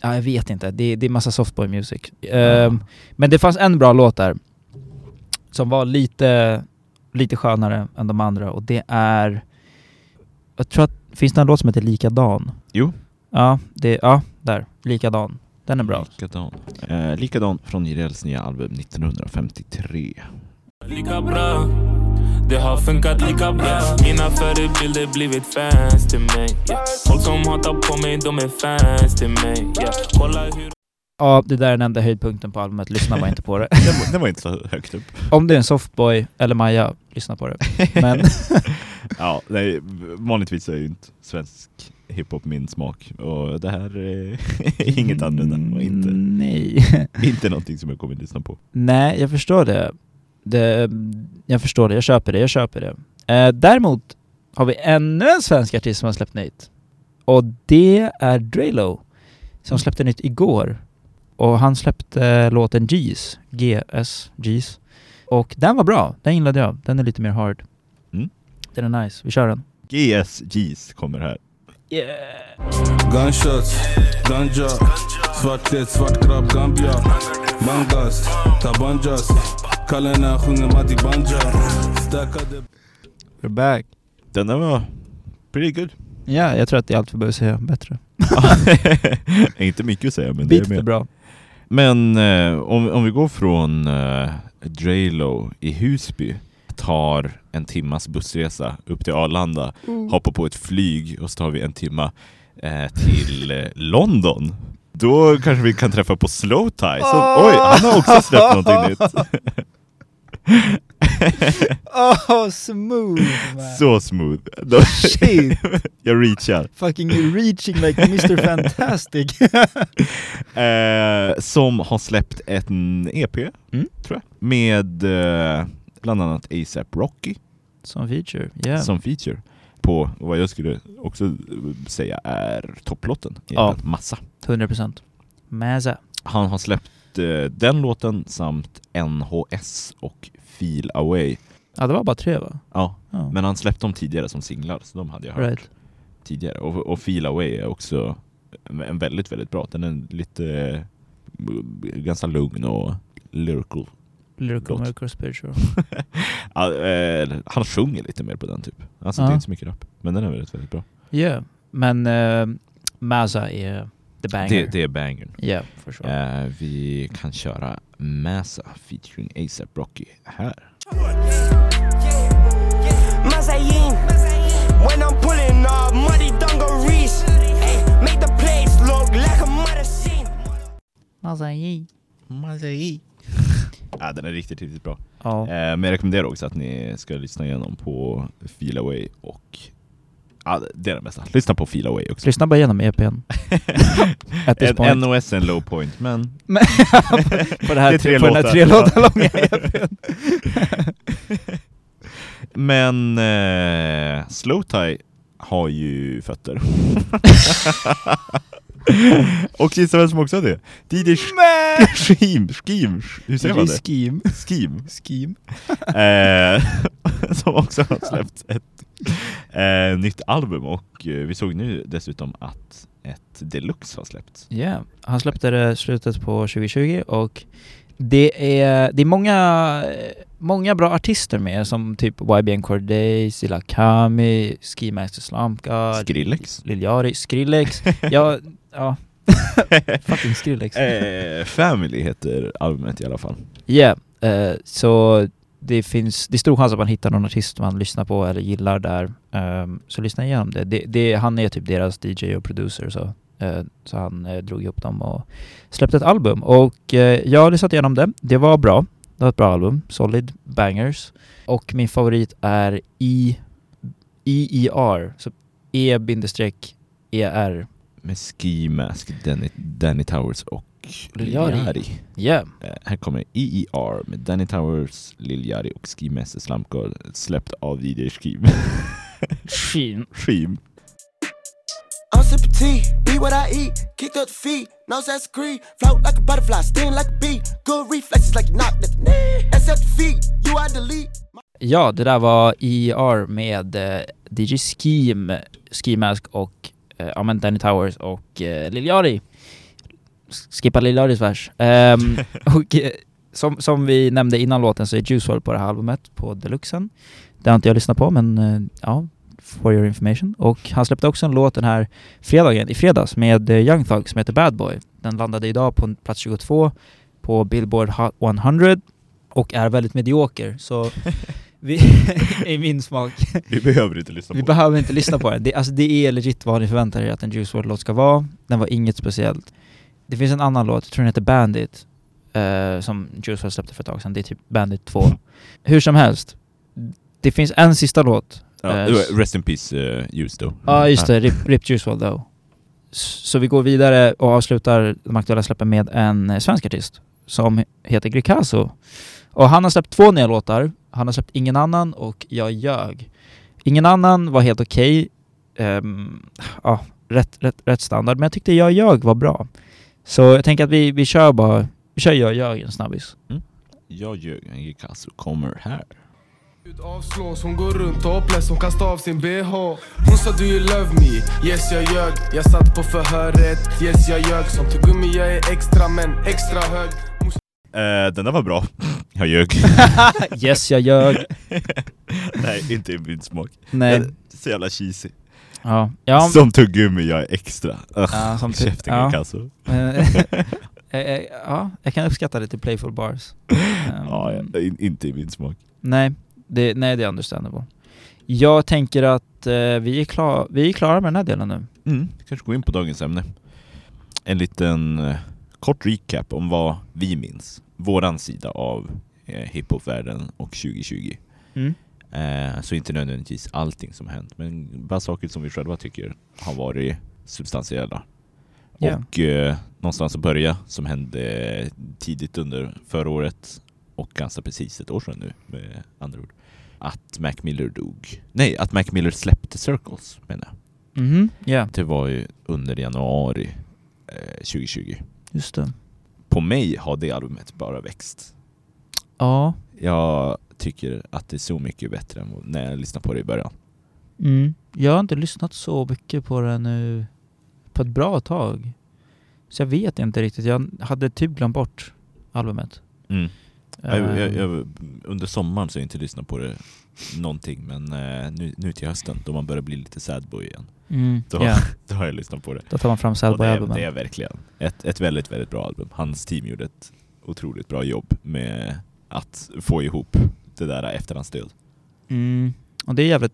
[SPEAKER 2] Ja, jag vet inte, det, det är massa softboy music. Eh, Men det fanns en bra låt där, som var lite, lite skönare än de andra och det är, jag tror att, finns det en låt som heter Likadan?
[SPEAKER 1] Jo.
[SPEAKER 2] Ja, det, ja, där, Likadan. Den är bra.
[SPEAKER 1] Likadan. Eh, likadan från Jireels nya album 1953.
[SPEAKER 6] Lika bra Det har funkat lika bra Mina förebilder blivit fans till mig yeah. Folk som hatar på mig, de är fans till mig yeah. Kolla hur
[SPEAKER 2] Ja, det där är den enda höjdpunkten på albumet, lyssna bara inte på det.
[SPEAKER 1] Den var, den var inte så högt upp.
[SPEAKER 2] Om du är en softboy eller Maja, lyssna på det. Men
[SPEAKER 1] Ja, nej, vanligtvis är ju inte svensk hiphop min smak och det här är inget annorlunda och
[SPEAKER 2] Mm.
[SPEAKER 1] inte,
[SPEAKER 2] Nej.
[SPEAKER 1] inte någonting som jag kommer att lyssna på.
[SPEAKER 2] Nej, jag förstår det. det. Jag förstår det, jag köper det, jag köper det. Eh, däremot har vi ännu en svensk artist som har släppt nytt. Och det är Drelo, som släppte nytt igår. Och han släppte låten G's, GS, G's. Och den var bra, den gillade jag. Den är lite mer hard.
[SPEAKER 1] Mm.
[SPEAKER 2] Den är nice, vi kör den.
[SPEAKER 1] GSGs kommer här.
[SPEAKER 7] Gunshots, ganja, svarthet, svartkrabb, gambia Bangas, tabanjas, kallarna sjunger Mati Banja Stackade
[SPEAKER 2] We're back.
[SPEAKER 1] Den där var pretty good.
[SPEAKER 2] Ja, jag tror att det är allt vi behöver säga bättre.
[SPEAKER 1] inte mycket att säga men det är
[SPEAKER 2] Beatet är
[SPEAKER 1] med.
[SPEAKER 2] bra.
[SPEAKER 1] Men eh, om, om vi går från eh, Drelo i Husby, tar en timmas bussresa upp till Arlanda, hoppar på ett flyg och så tar vi en timma eh, till eh, London. Då kanske vi kan träffa på Slowtie. Så, Oj, han har också släppt någonting nytt.
[SPEAKER 2] Oh, smooth man!
[SPEAKER 1] Så smooth. Då-
[SPEAKER 2] Shit!
[SPEAKER 1] Jag reachar.
[SPEAKER 2] Fucking reaching like Mr Fantastic!
[SPEAKER 1] Eh, som har släppt en EP,
[SPEAKER 2] Mm.
[SPEAKER 1] tror jag, med eh, bland annat ASAP Rocky.
[SPEAKER 2] Som feature, yeah.
[SPEAKER 1] som feature på vad jag skulle också säga är topplotten.
[SPEAKER 2] Ja.
[SPEAKER 1] Ja. Massa.
[SPEAKER 2] 100% Mäza.
[SPEAKER 1] Han har släppt eh, den låten samt NHS och Feel Away.
[SPEAKER 2] Ja, det var bara tre va?
[SPEAKER 1] Ja,
[SPEAKER 2] Ja.
[SPEAKER 1] men han släppte dem tidigare som singlar, så de hade jag hört
[SPEAKER 2] right.
[SPEAKER 1] tidigare. Och, och Feel Away är också en väldigt, väldigt bra. Den är lite eh, ganska lugn och lyrical.
[SPEAKER 2] Lyrical
[SPEAKER 1] Gott.
[SPEAKER 2] Mercury Spiritual.
[SPEAKER 1] Ja, eh, han sjunger lite mer på den typ. Alltså det
[SPEAKER 2] Ja.
[SPEAKER 1] är inte så mycket rap, men den är väldigt, väldigt bra.
[SPEAKER 2] Yeah. Men uh, Mäza är the banger.
[SPEAKER 1] Det, det är bangern.
[SPEAKER 2] Yeah, for sure.
[SPEAKER 1] Eh, vi kan köra Massa featuring ASAP Rocky här.
[SPEAKER 8] Mazayeen. When I'm pulling up muddy dungarees, ayy, make the place look like a murder scene.
[SPEAKER 1] Ja, den är riktigt, riktigt bra.
[SPEAKER 2] Ja.
[SPEAKER 1] Eh, men jag rekommenderar också att ni ska lyssna igenom på Feel Away och... Ja, det är det bästa. Lyssna på Feel Away också.
[SPEAKER 2] Lyssna bara igenom E EPn. At this
[SPEAKER 1] En,
[SPEAKER 2] point.
[SPEAKER 1] NOS är en low point, men...
[SPEAKER 2] på det här,
[SPEAKER 1] det är tre
[SPEAKER 2] tre, på den här
[SPEAKER 1] låtar.
[SPEAKER 2] tre
[SPEAKER 1] Ja.
[SPEAKER 2] låtar långa E EPn.
[SPEAKER 1] Men eh, Slowtie har ju fötter. Och gissa vem som också hade det? DJ Schim, Schim, hur säger man det?
[SPEAKER 2] Scheme.
[SPEAKER 1] Schim.
[SPEAKER 2] Scheme.
[SPEAKER 1] Eh, som också har släppt ett eh, nytt album och eh, vi såg nu dessutom att ett deluxe har släppts.
[SPEAKER 2] Ja, han släppte det slutet på 2020 och det är, det är många, många bra artister med som typ YBN Corday, Silla Kami, Ski Master Slumpguard,
[SPEAKER 1] Skrillex.
[SPEAKER 2] Lil Yari, Skrillex. ja, ja. Fucking Skrillex.
[SPEAKER 1] Eh, Family heter albumet i alla fall.
[SPEAKER 2] Ja, eh, så det finns, det är stor chans att man hittar någon artist man lyssnar på eller gillar där. Ehm, så lyssna igenom det. det, det han är typ deras DJ och producer så. Eh, så han eh, drog ihop dem och släppte ett album. Och eh, jag har lyssnat igenom det. Det var bra. Det var ett bra album. Solid. Bangers. Och min favorit är I, IER. Så E-ER.
[SPEAKER 1] Med Ski Mask, Danny, Danny Towers och Lil
[SPEAKER 2] Yachty.
[SPEAKER 1] Yachty.
[SPEAKER 2] Yeah.
[SPEAKER 1] Eh, Här kommer EER med Danny Towers, Lil Yachty och Ski Master Slump God släppt av DJ Schim.
[SPEAKER 2] Shin.
[SPEAKER 1] Schim.
[SPEAKER 8] I'm sipping tea, be what I eat, kick up the feet, no sense creed, float like a butterfly, sting like a bee, good reflexes like you knocked at the knee, except the feet, you I delete.
[SPEAKER 2] Ja, det där var IR med eh, DJ Scheme, Ski Mask och eh, ja, men Danny Towers och eh, Lil Yachty. S- Skippa Lil Yachty's vers. Ehm, och eh, som, som vi nämnde innan låten så är Juice WRLD på det här albumet på deluxen. Det har inte jag lyssnat på men eh, ja, for your information. Och han släppte också en låt den här fredagen, i fredags med eh, Young Thug som heter Bad Boy. Den landade idag på plats 22 på Billboard Hot 100 och är väldigt medioker så vi, i min smak.
[SPEAKER 1] Vi behöver inte lyssna
[SPEAKER 2] Vi
[SPEAKER 1] på det.
[SPEAKER 2] behöver inte lyssna på den. Det, alltså, det är legit vad ni förväntar er att en Juice WRLD-låt ska vara. Den var inget speciellt. Det finns en annan låt, jag tror den heter Bandit, eh, som Juice WRLD släppte för ett tag sedan. Det är typ Bandit 2. Hur som helst, det finns en sista låt.
[SPEAKER 1] Ja,
[SPEAKER 2] Eh,
[SPEAKER 1] det
[SPEAKER 2] s-
[SPEAKER 1] var Rest in Peace uh, Ljus då.
[SPEAKER 2] Ja just det, RIP, RIP Juice WRLD då. S- Så vi går vidare och avslutar de aktuella släppen med en eh, svensk artist som heter Greekazo. Och han har släppt två nya låtar. Han har släppt Ingen annan och Jag ljög. Ingen annan var helt okej. Ehm, ja, rätt, rätt, rätt standard. Men jag tyckte Jag ljög var bra. Så jag tänker att vi, vi kör bara, vi kör Jag ljög en snabbis.
[SPEAKER 1] Jag ljög, Gicasso kommer här.
[SPEAKER 9] Ut Avslås, hon går runt topless, hon kastar av sin bh Hon sa do you love me? Yes jag ljög Jag satt på förhöret, yes jag ljög Som tuggummi jag är extra men extra hög
[SPEAKER 1] Eh, den där var bra. Jag ljög.
[SPEAKER 2] Yes, jag ljög.
[SPEAKER 1] Nej, inte i min smak.
[SPEAKER 2] Nej.
[SPEAKER 1] Den är Så jävla cheesy.
[SPEAKER 2] Ja, ja
[SPEAKER 1] Som tuggummi, jag är extra. Ugh,
[SPEAKER 2] Ja, som tu-
[SPEAKER 1] Käften
[SPEAKER 2] ja.
[SPEAKER 1] Gicasso.
[SPEAKER 2] Eh, eh, eh, ja, jag kan uppskatta lite playful bars. Ehm,
[SPEAKER 1] Ja, ja, in, inte i min smak.
[SPEAKER 2] Nej, det, nej, det är understandable. Jag tänker att eh, vi, är klar, vi är klara med den här delen nu.
[SPEAKER 1] Mm, vi kanske går in på dagens ämne. En liten eh, kort recap om vad vi minns. Våran sida av eh, hiphopvärlden och 2020. Eh, så inte nödvändigtvis allting som hänt, men bara saker som vi själva tycker har varit substantiella.
[SPEAKER 2] Ja.
[SPEAKER 1] Och eh, någonstans att börja som hände tidigt under förra året och ganska precis ett år sedan nu med andra ord. Att Mac Miller dog. Nej, att Mac Miller släppte Circles menar jag.
[SPEAKER 2] Mhm, ja.
[SPEAKER 1] Det var ju under januari eh, 2020.
[SPEAKER 2] Just det.
[SPEAKER 1] På mig har det albumet bara växt.
[SPEAKER 2] Ja.
[SPEAKER 1] Jag tycker att det är så mycket bättre än när jag lyssnade på det i början.
[SPEAKER 2] Mm. Jag har inte lyssnat så mycket på den nu på ett bra tag. Så jag vet inte riktigt. Jag hade typ glömt bort albumet.
[SPEAKER 1] Jag, jag,
[SPEAKER 2] Ehm,
[SPEAKER 1] jag, under sommaren så har jag inte lyssnat på det någonting, men eh, nu, nu till hösten då man börjar bli lite sadboy igen,
[SPEAKER 2] Mm,
[SPEAKER 1] då,
[SPEAKER 2] ja.
[SPEAKER 1] då har jag lyssnat på det.
[SPEAKER 2] Då tar man fram
[SPEAKER 1] Och det, är,
[SPEAKER 2] Sadboy-albumen.
[SPEAKER 1] det är verkligen ett, ett väldigt, väldigt bra album. Hans team gjorde ett otroligt bra jobb med att få ihop det där efterhandsdöd.
[SPEAKER 2] Mm. Och det är jävligt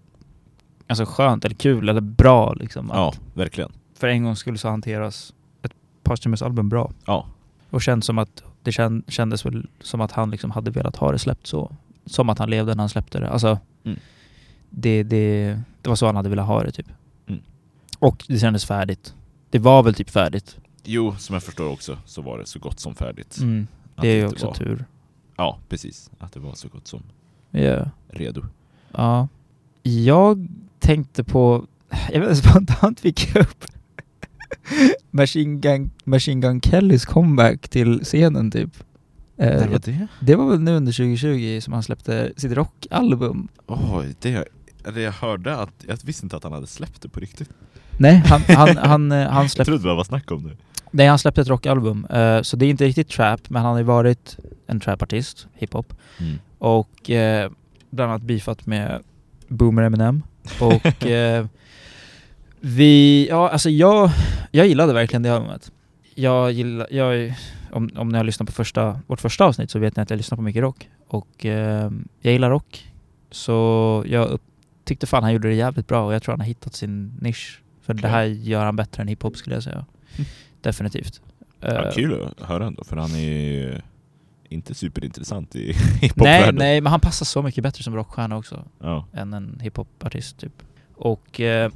[SPEAKER 2] alltså, skönt eller kul eller bra liksom. att
[SPEAKER 1] Ja, verkligen.
[SPEAKER 2] För en gång skulle så hanteras ett Posthumous album bra.
[SPEAKER 1] Ja,
[SPEAKER 2] Och känns som att det kän, kändes väl som att han liksom hade velat ha det släppt så. Som att han levde när han släppte det. Alltså,
[SPEAKER 1] Mm.
[SPEAKER 2] det, det, det var så han hade velat ha det typ.
[SPEAKER 1] Mm.
[SPEAKER 2] Och det kändes färdigt. Det var väl typ färdigt.
[SPEAKER 1] Jo, som jag förstår också så var det så gott som färdigt.
[SPEAKER 2] Mm.
[SPEAKER 1] Att
[SPEAKER 2] Det är ju
[SPEAKER 1] inte
[SPEAKER 2] också
[SPEAKER 1] var,
[SPEAKER 2] tur.
[SPEAKER 1] Ja, precis. Att det var så gott som
[SPEAKER 2] Ja.
[SPEAKER 1] redo.
[SPEAKER 2] Eh, Ja. Jag tänkte på... Jag vet inte, spontant fick jag upp... Machine Gun, Machine Gun Kellys comeback till scenen typ. Eh,
[SPEAKER 1] När var
[SPEAKER 2] jag-
[SPEAKER 1] det?
[SPEAKER 2] det var väl nu under 2020 som han släppte sitt rockalbum?
[SPEAKER 1] Oj, det... Eller jag hörde att... Jag visste inte att han hade släppt det på riktigt.
[SPEAKER 2] Nej, han, han, han, eh, han,
[SPEAKER 1] Jag
[SPEAKER 2] släppte,
[SPEAKER 1] trodde det bara var snack om det.
[SPEAKER 2] nej, han släppte ett rockalbum. Eh, så det är inte riktigt trap, men han har ju varit en trapartist, hiphop.
[SPEAKER 1] Mm.
[SPEAKER 2] Och eh, bland annat beefat med Boomer Eminem. Och eh, vi, ja alltså jag, jag gillade verkligen det albumet. Jag gillar, jag, om, om ni har lyssnat på första, vårt första avsnitt så vet ni att jag lyssnar på mycket rock. Och eh, jag gillar rock. Så jag upp, tyckte fan han gjorde det jävligt bra och jag tror han har hittat sin nisch. För det här gör han bättre än hiphop skulle jag säga. Definitivt.
[SPEAKER 1] Ja,
[SPEAKER 2] Eh,
[SPEAKER 1] kul att höra ändå, för han är ju inte superintressant i
[SPEAKER 2] nej,
[SPEAKER 1] hiphopvärlden.
[SPEAKER 2] nej, men han passar så mycket bättre som rockstjärna också.
[SPEAKER 1] Ja.
[SPEAKER 2] än en hiphopartist typ. Och eh,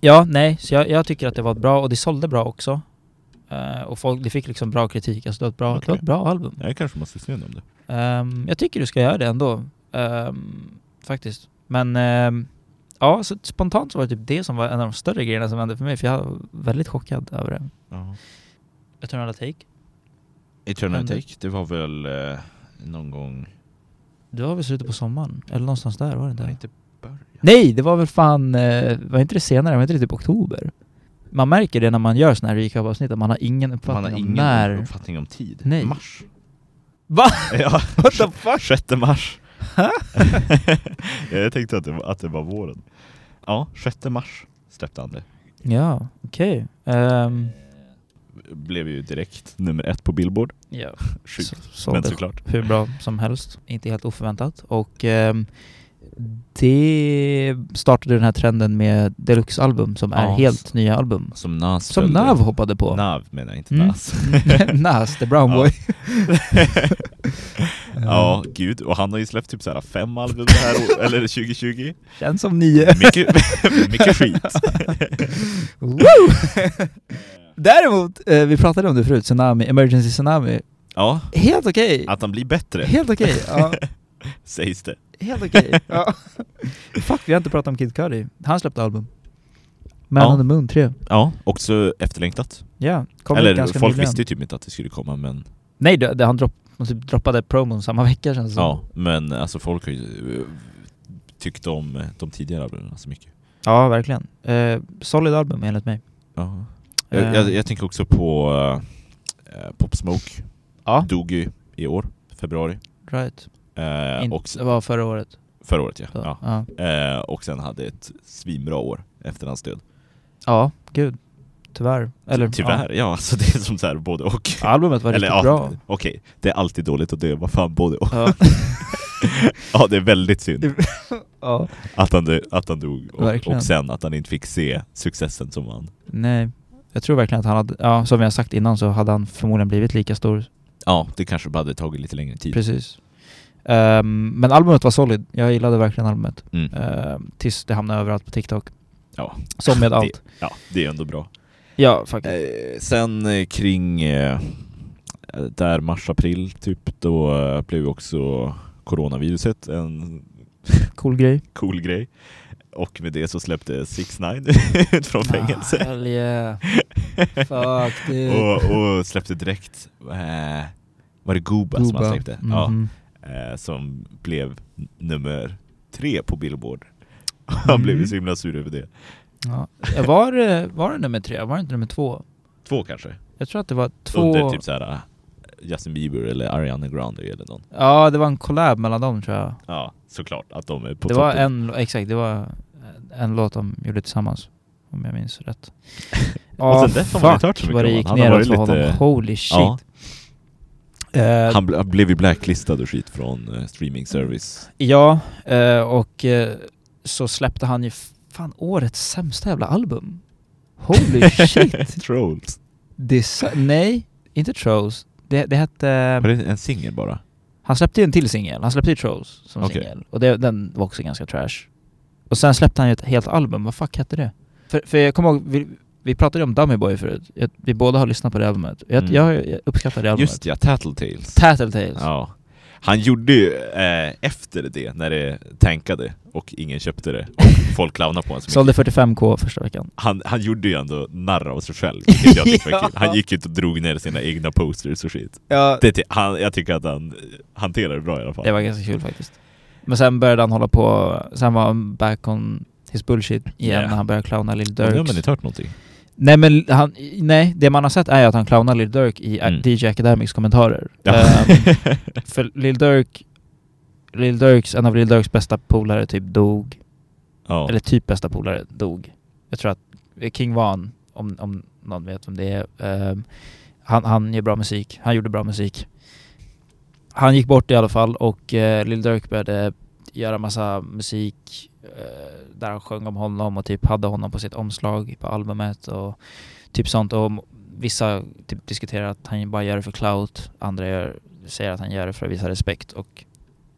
[SPEAKER 2] ja, nej, så jag, jag tycker att det var ett bra och det sålde bra också. Eh, och folk, det fick liksom bra kritik, alltså det var ett bra, det
[SPEAKER 1] Okej.
[SPEAKER 2] var ett bra album.
[SPEAKER 1] Jag kanske måste se om det.
[SPEAKER 2] Ehm, jag tycker du ska göra det ändå, Ehm, faktiskt. Men ehm, ja, så spontant så var det typ det som var en av de större grejerna som hände för mig, för jag var väldigt chockad över det.
[SPEAKER 1] Ja.
[SPEAKER 2] Eternal Take,
[SPEAKER 1] Eternal
[SPEAKER 2] Hände.
[SPEAKER 1] Take, det var väl eh, någon gång...
[SPEAKER 2] det var väl slutet på sommaren? Eller någonstans där, var det
[SPEAKER 1] Nej,
[SPEAKER 2] inte?
[SPEAKER 1] inte början.
[SPEAKER 2] Nej, det var väl fan, eh, var inte det senare? Var inte det typ oktober? Man märker det när man gör såna här recap-avsnitt, att man har ingen uppfattning
[SPEAKER 1] Man har
[SPEAKER 2] om
[SPEAKER 1] ingen
[SPEAKER 2] när...
[SPEAKER 1] uppfattning om tid.
[SPEAKER 2] Nej.
[SPEAKER 1] Mars.
[SPEAKER 2] Va?
[SPEAKER 1] Ja, What the fuck? 6 mars. jag tänkte att det, var, att det var våren. Ja, 6 mars släppte han det.
[SPEAKER 2] Ja, okej. Ehm,
[SPEAKER 1] Blev ju direkt nummer ett på Billboard.
[SPEAKER 2] ja,
[SPEAKER 1] Sjukt,
[SPEAKER 2] så, så
[SPEAKER 1] men
[SPEAKER 2] det-
[SPEAKER 1] såklart.
[SPEAKER 2] hur bra som helst. Inte helt oförväntat. Och ehm, det startade den här trenden med deluxe-album som är
[SPEAKER 1] Ja,
[SPEAKER 2] helt nya album.
[SPEAKER 1] Som Nas
[SPEAKER 2] Som
[SPEAKER 1] följde.
[SPEAKER 2] Nav hoppade på.
[SPEAKER 1] Nav menar jag, inte
[SPEAKER 2] Mm.
[SPEAKER 1] Nas.
[SPEAKER 2] Nas, the brown
[SPEAKER 1] Ja.
[SPEAKER 2] boy.
[SPEAKER 1] ja, gud. Och han har ju släppt typ så här fem album det här år, eller 2020.
[SPEAKER 2] Känns som nio.
[SPEAKER 1] Mycket, mycket skit.
[SPEAKER 2] Woo! Däremot, eh, vi pratade om det förut, Tsunami, Emergency Tsunami.
[SPEAKER 1] Ja,
[SPEAKER 2] Helt okej!
[SPEAKER 1] att han blir bättre
[SPEAKER 2] Helt okej! Ja,
[SPEAKER 1] sägs det.
[SPEAKER 2] helt okej. Ja. Fuck, vi har inte pratat om Kid Cudi. Han släppte album. Man
[SPEAKER 1] Ja.
[SPEAKER 2] on the Moon 3.
[SPEAKER 1] Ja, också efterlängtat.
[SPEAKER 2] Ja, kom ut
[SPEAKER 1] eller
[SPEAKER 2] ganska
[SPEAKER 1] folk
[SPEAKER 2] nyligen.
[SPEAKER 1] visste ju typ inte att det skulle komma men
[SPEAKER 2] Nej, det, det, han dropp, han typ droppade promon samma vecka känns det som.
[SPEAKER 1] Ja, men alltså folk har ju eh, tyckt om eh, de tidigare albumen så mycket.
[SPEAKER 2] ja, verkligen. Eh, solid album enligt mig.
[SPEAKER 1] Ja.
[SPEAKER 2] Eh,
[SPEAKER 1] Jag, jag, jag tänker också på eh, Pop Smoke.
[SPEAKER 2] Ja.
[SPEAKER 1] Dog ju i år, februari.
[SPEAKER 2] Right.
[SPEAKER 1] Eh,
[SPEAKER 2] In,
[SPEAKER 1] och, s-
[SPEAKER 2] det var förra året.
[SPEAKER 1] förra året ja.
[SPEAKER 2] Så,
[SPEAKER 1] ja.
[SPEAKER 2] ja.
[SPEAKER 1] Eh, och sen hade ett svinbra år efter hans död.
[SPEAKER 2] ja, gud. Tyvärr. Eller,
[SPEAKER 1] Tyvärr, ja. alltså det är som så här både och.
[SPEAKER 2] Ja. Albumet var
[SPEAKER 1] Eller
[SPEAKER 2] riktigt bra.
[SPEAKER 1] okej, det är alltid dåligt att dö, vad fan både och.
[SPEAKER 2] Ja.
[SPEAKER 1] Ja det är väldigt synd
[SPEAKER 2] ja.
[SPEAKER 1] att han, dö, att han dog och,
[SPEAKER 2] Verkligen.
[SPEAKER 1] och sen att han inte fick se successen som han
[SPEAKER 2] Nej, jag tror verkligen att han hade, ja som jag sagt innan så hade han förmodligen blivit lika stor.
[SPEAKER 1] Ja, det kanske bara hade tagit lite längre tid.
[SPEAKER 2] Precis. Ehm, men albumet var solid, jag gillade verkligen albumet.
[SPEAKER 1] Mm.
[SPEAKER 2] Ehm, tills det hamnade överallt på TikTok.
[SPEAKER 1] Ja.
[SPEAKER 2] Som med allt.
[SPEAKER 1] Ja, det är ändå bra.
[SPEAKER 2] Ja, faktiskt.
[SPEAKER 1] Eh, sen eh, kring eh, där mars-april typ, då eh, blev ju också coronaviruset en
[SPEAKER 2] Cool grej.
[SPEAKER 1] cool grej. Och med det så släppte 6 9 ut från
[SPEAKER 2] Ah,
[SPEAKER 1] fängelse. alltså,
[SPEAKER 2] hell yeah. Fuck dude.
[SPEAKER 1] och, och släppte direkt, eh, var det Gooba, som han släppte?
[SPEAKER 2] Mhm.
[SPEAKER 1] Ja, eh, som blev n- nummer tre på Billboard. Han blev
[SPEAKER 2] Mm.
[SPEAKER 1] ju så himla sur över det.
[SPEAKER 2] Ja. Eh, Var, det- var det nummer tre? Var det inte nummer två?
[SPEAKER 1] Två kanske?
[SPEAKER 2] Jag tror att det var två...
[SPEAKER 1] Under typ såhär äh, Justin Bieber eller Ariana Grande eller någon.
[SPEAKER 2] Ja, det var en collab mellan dem tror jag.
[SPEAKER 1] Ja, såklart att de är på
[SPEAKER 2] det var
[SPEAKER 1] toppen.
[SPEAKER 2] en, exakt, det var eh, en låt de gjorde tillsammans. Om jag minns rätt. Ah,
[SPEAKER 1] Och sen Alltså, dess har man inte hört så mycket
[SPEAKER 2] vad det
[SPEAKER 1] om
[SPEAKER 2] gick
[SPEAKER 1] han. Han har
[SPEAKER 2] neråt för
[SPEAKER 1] varit
[SPEAKER 2] honom.
[SPEAKER 1] lite-
[SPEAKER 2] Holy shit.
[SPEAKER 1] Ja.
[SPEAKER 2] Eh,
[SPEAKER 1] Han, bl- han blev ju blacklistad och skit från eh, streaming service.
[SPEAKER 2] ja, eh, och eh, så släppte han ju fan årets sämsta jävla album. Holy shit!
[SPEAKER 1] Trolls.
[SPEAKER 2] Det är så- nej, inte Trolls. Det, det hette...
[SPEAKER 1] Var det en singel bara?
[SPEAKER 2] Han släppte ju en till singel, han släppte ju Trolls som
[SPEAKER 1] Okej.
[SPEAKER 2] singel. Och det, den var också ganska trash. Och sen släppte han ju ett helt album, vad fuck hette det? För, för jag kommer ihåg, vi, vi pratade ju om Dummy Boy förut. Jag, vi båda har lyssnat på det albumet. Jag,
[SPEAKER 1] Mm.
[SPEAKER 2] jag, jag uppskattar det albumet.
[SPEAKER 1] Just ja, Tattle Tales.
[SPEAKER 2] Tattle Tales.
[SPEAKER 1] ja. Han gjorde ju eh, efter det, när det tankade och ingen köpte det och folk clownade på honom så mycket.
[SPEAKER 2] Sålde 45k första veckan.
[SPEAKER 1] Han, han gjorde ju ändå narr av sig själv, vilket jag tyckte var
[SPEAKER 2] Ja.
[SPEAKER 1] kul. Han gick ut och drog ner sina egna posters och shit.
[SPEAKER 2] Ja.
[SPEAKER 1] Det, ty- han, jag tycker att han eh, hanterar det bra i alla fall.
[SPEAKER 2] Det var ganska kul faktiskt. Men sen började han hålla på, sen var han back on his bullshit igen
[SPEAKER 1] Ja.
[SPEAKER 2] när han började clowna Lil
[SPEAKER 1] Undrar om
[SPEAKER 2] Durk.
[SPEAKER 1] ni inte hört någonting?
[SPEAKER 2] Nej men han, nej, det man har sett är att han clownar Lil Durk i
[SPEAKER 1] Mm.
[SPEAKER 2] DJ Academics kommentarer.
[SPEAKER 1] Ja.
[SPEAKER 2] Ehm, för Lil Durk, Lil Durks, en av Lil Durks bästa polare typ dog.
[SPEAKER 1] ja.
[SPEAKER 2] Eller typ bästa polare dog. Jag tror att eh, King Van, om, om någon vet vem det är, ehm, han, han gör bra musik. Han gjorde bra musik. Han gick bort i alla fall och eh, Lil Durk började göra massa musik eh, där han sjöng om honom och typ hade honom på sitt omslag på albumet och typ sånt. Och m- vissa typ diskuterar att han bara gör det för clout, andra gör, säger att han gör det för att visa respekt och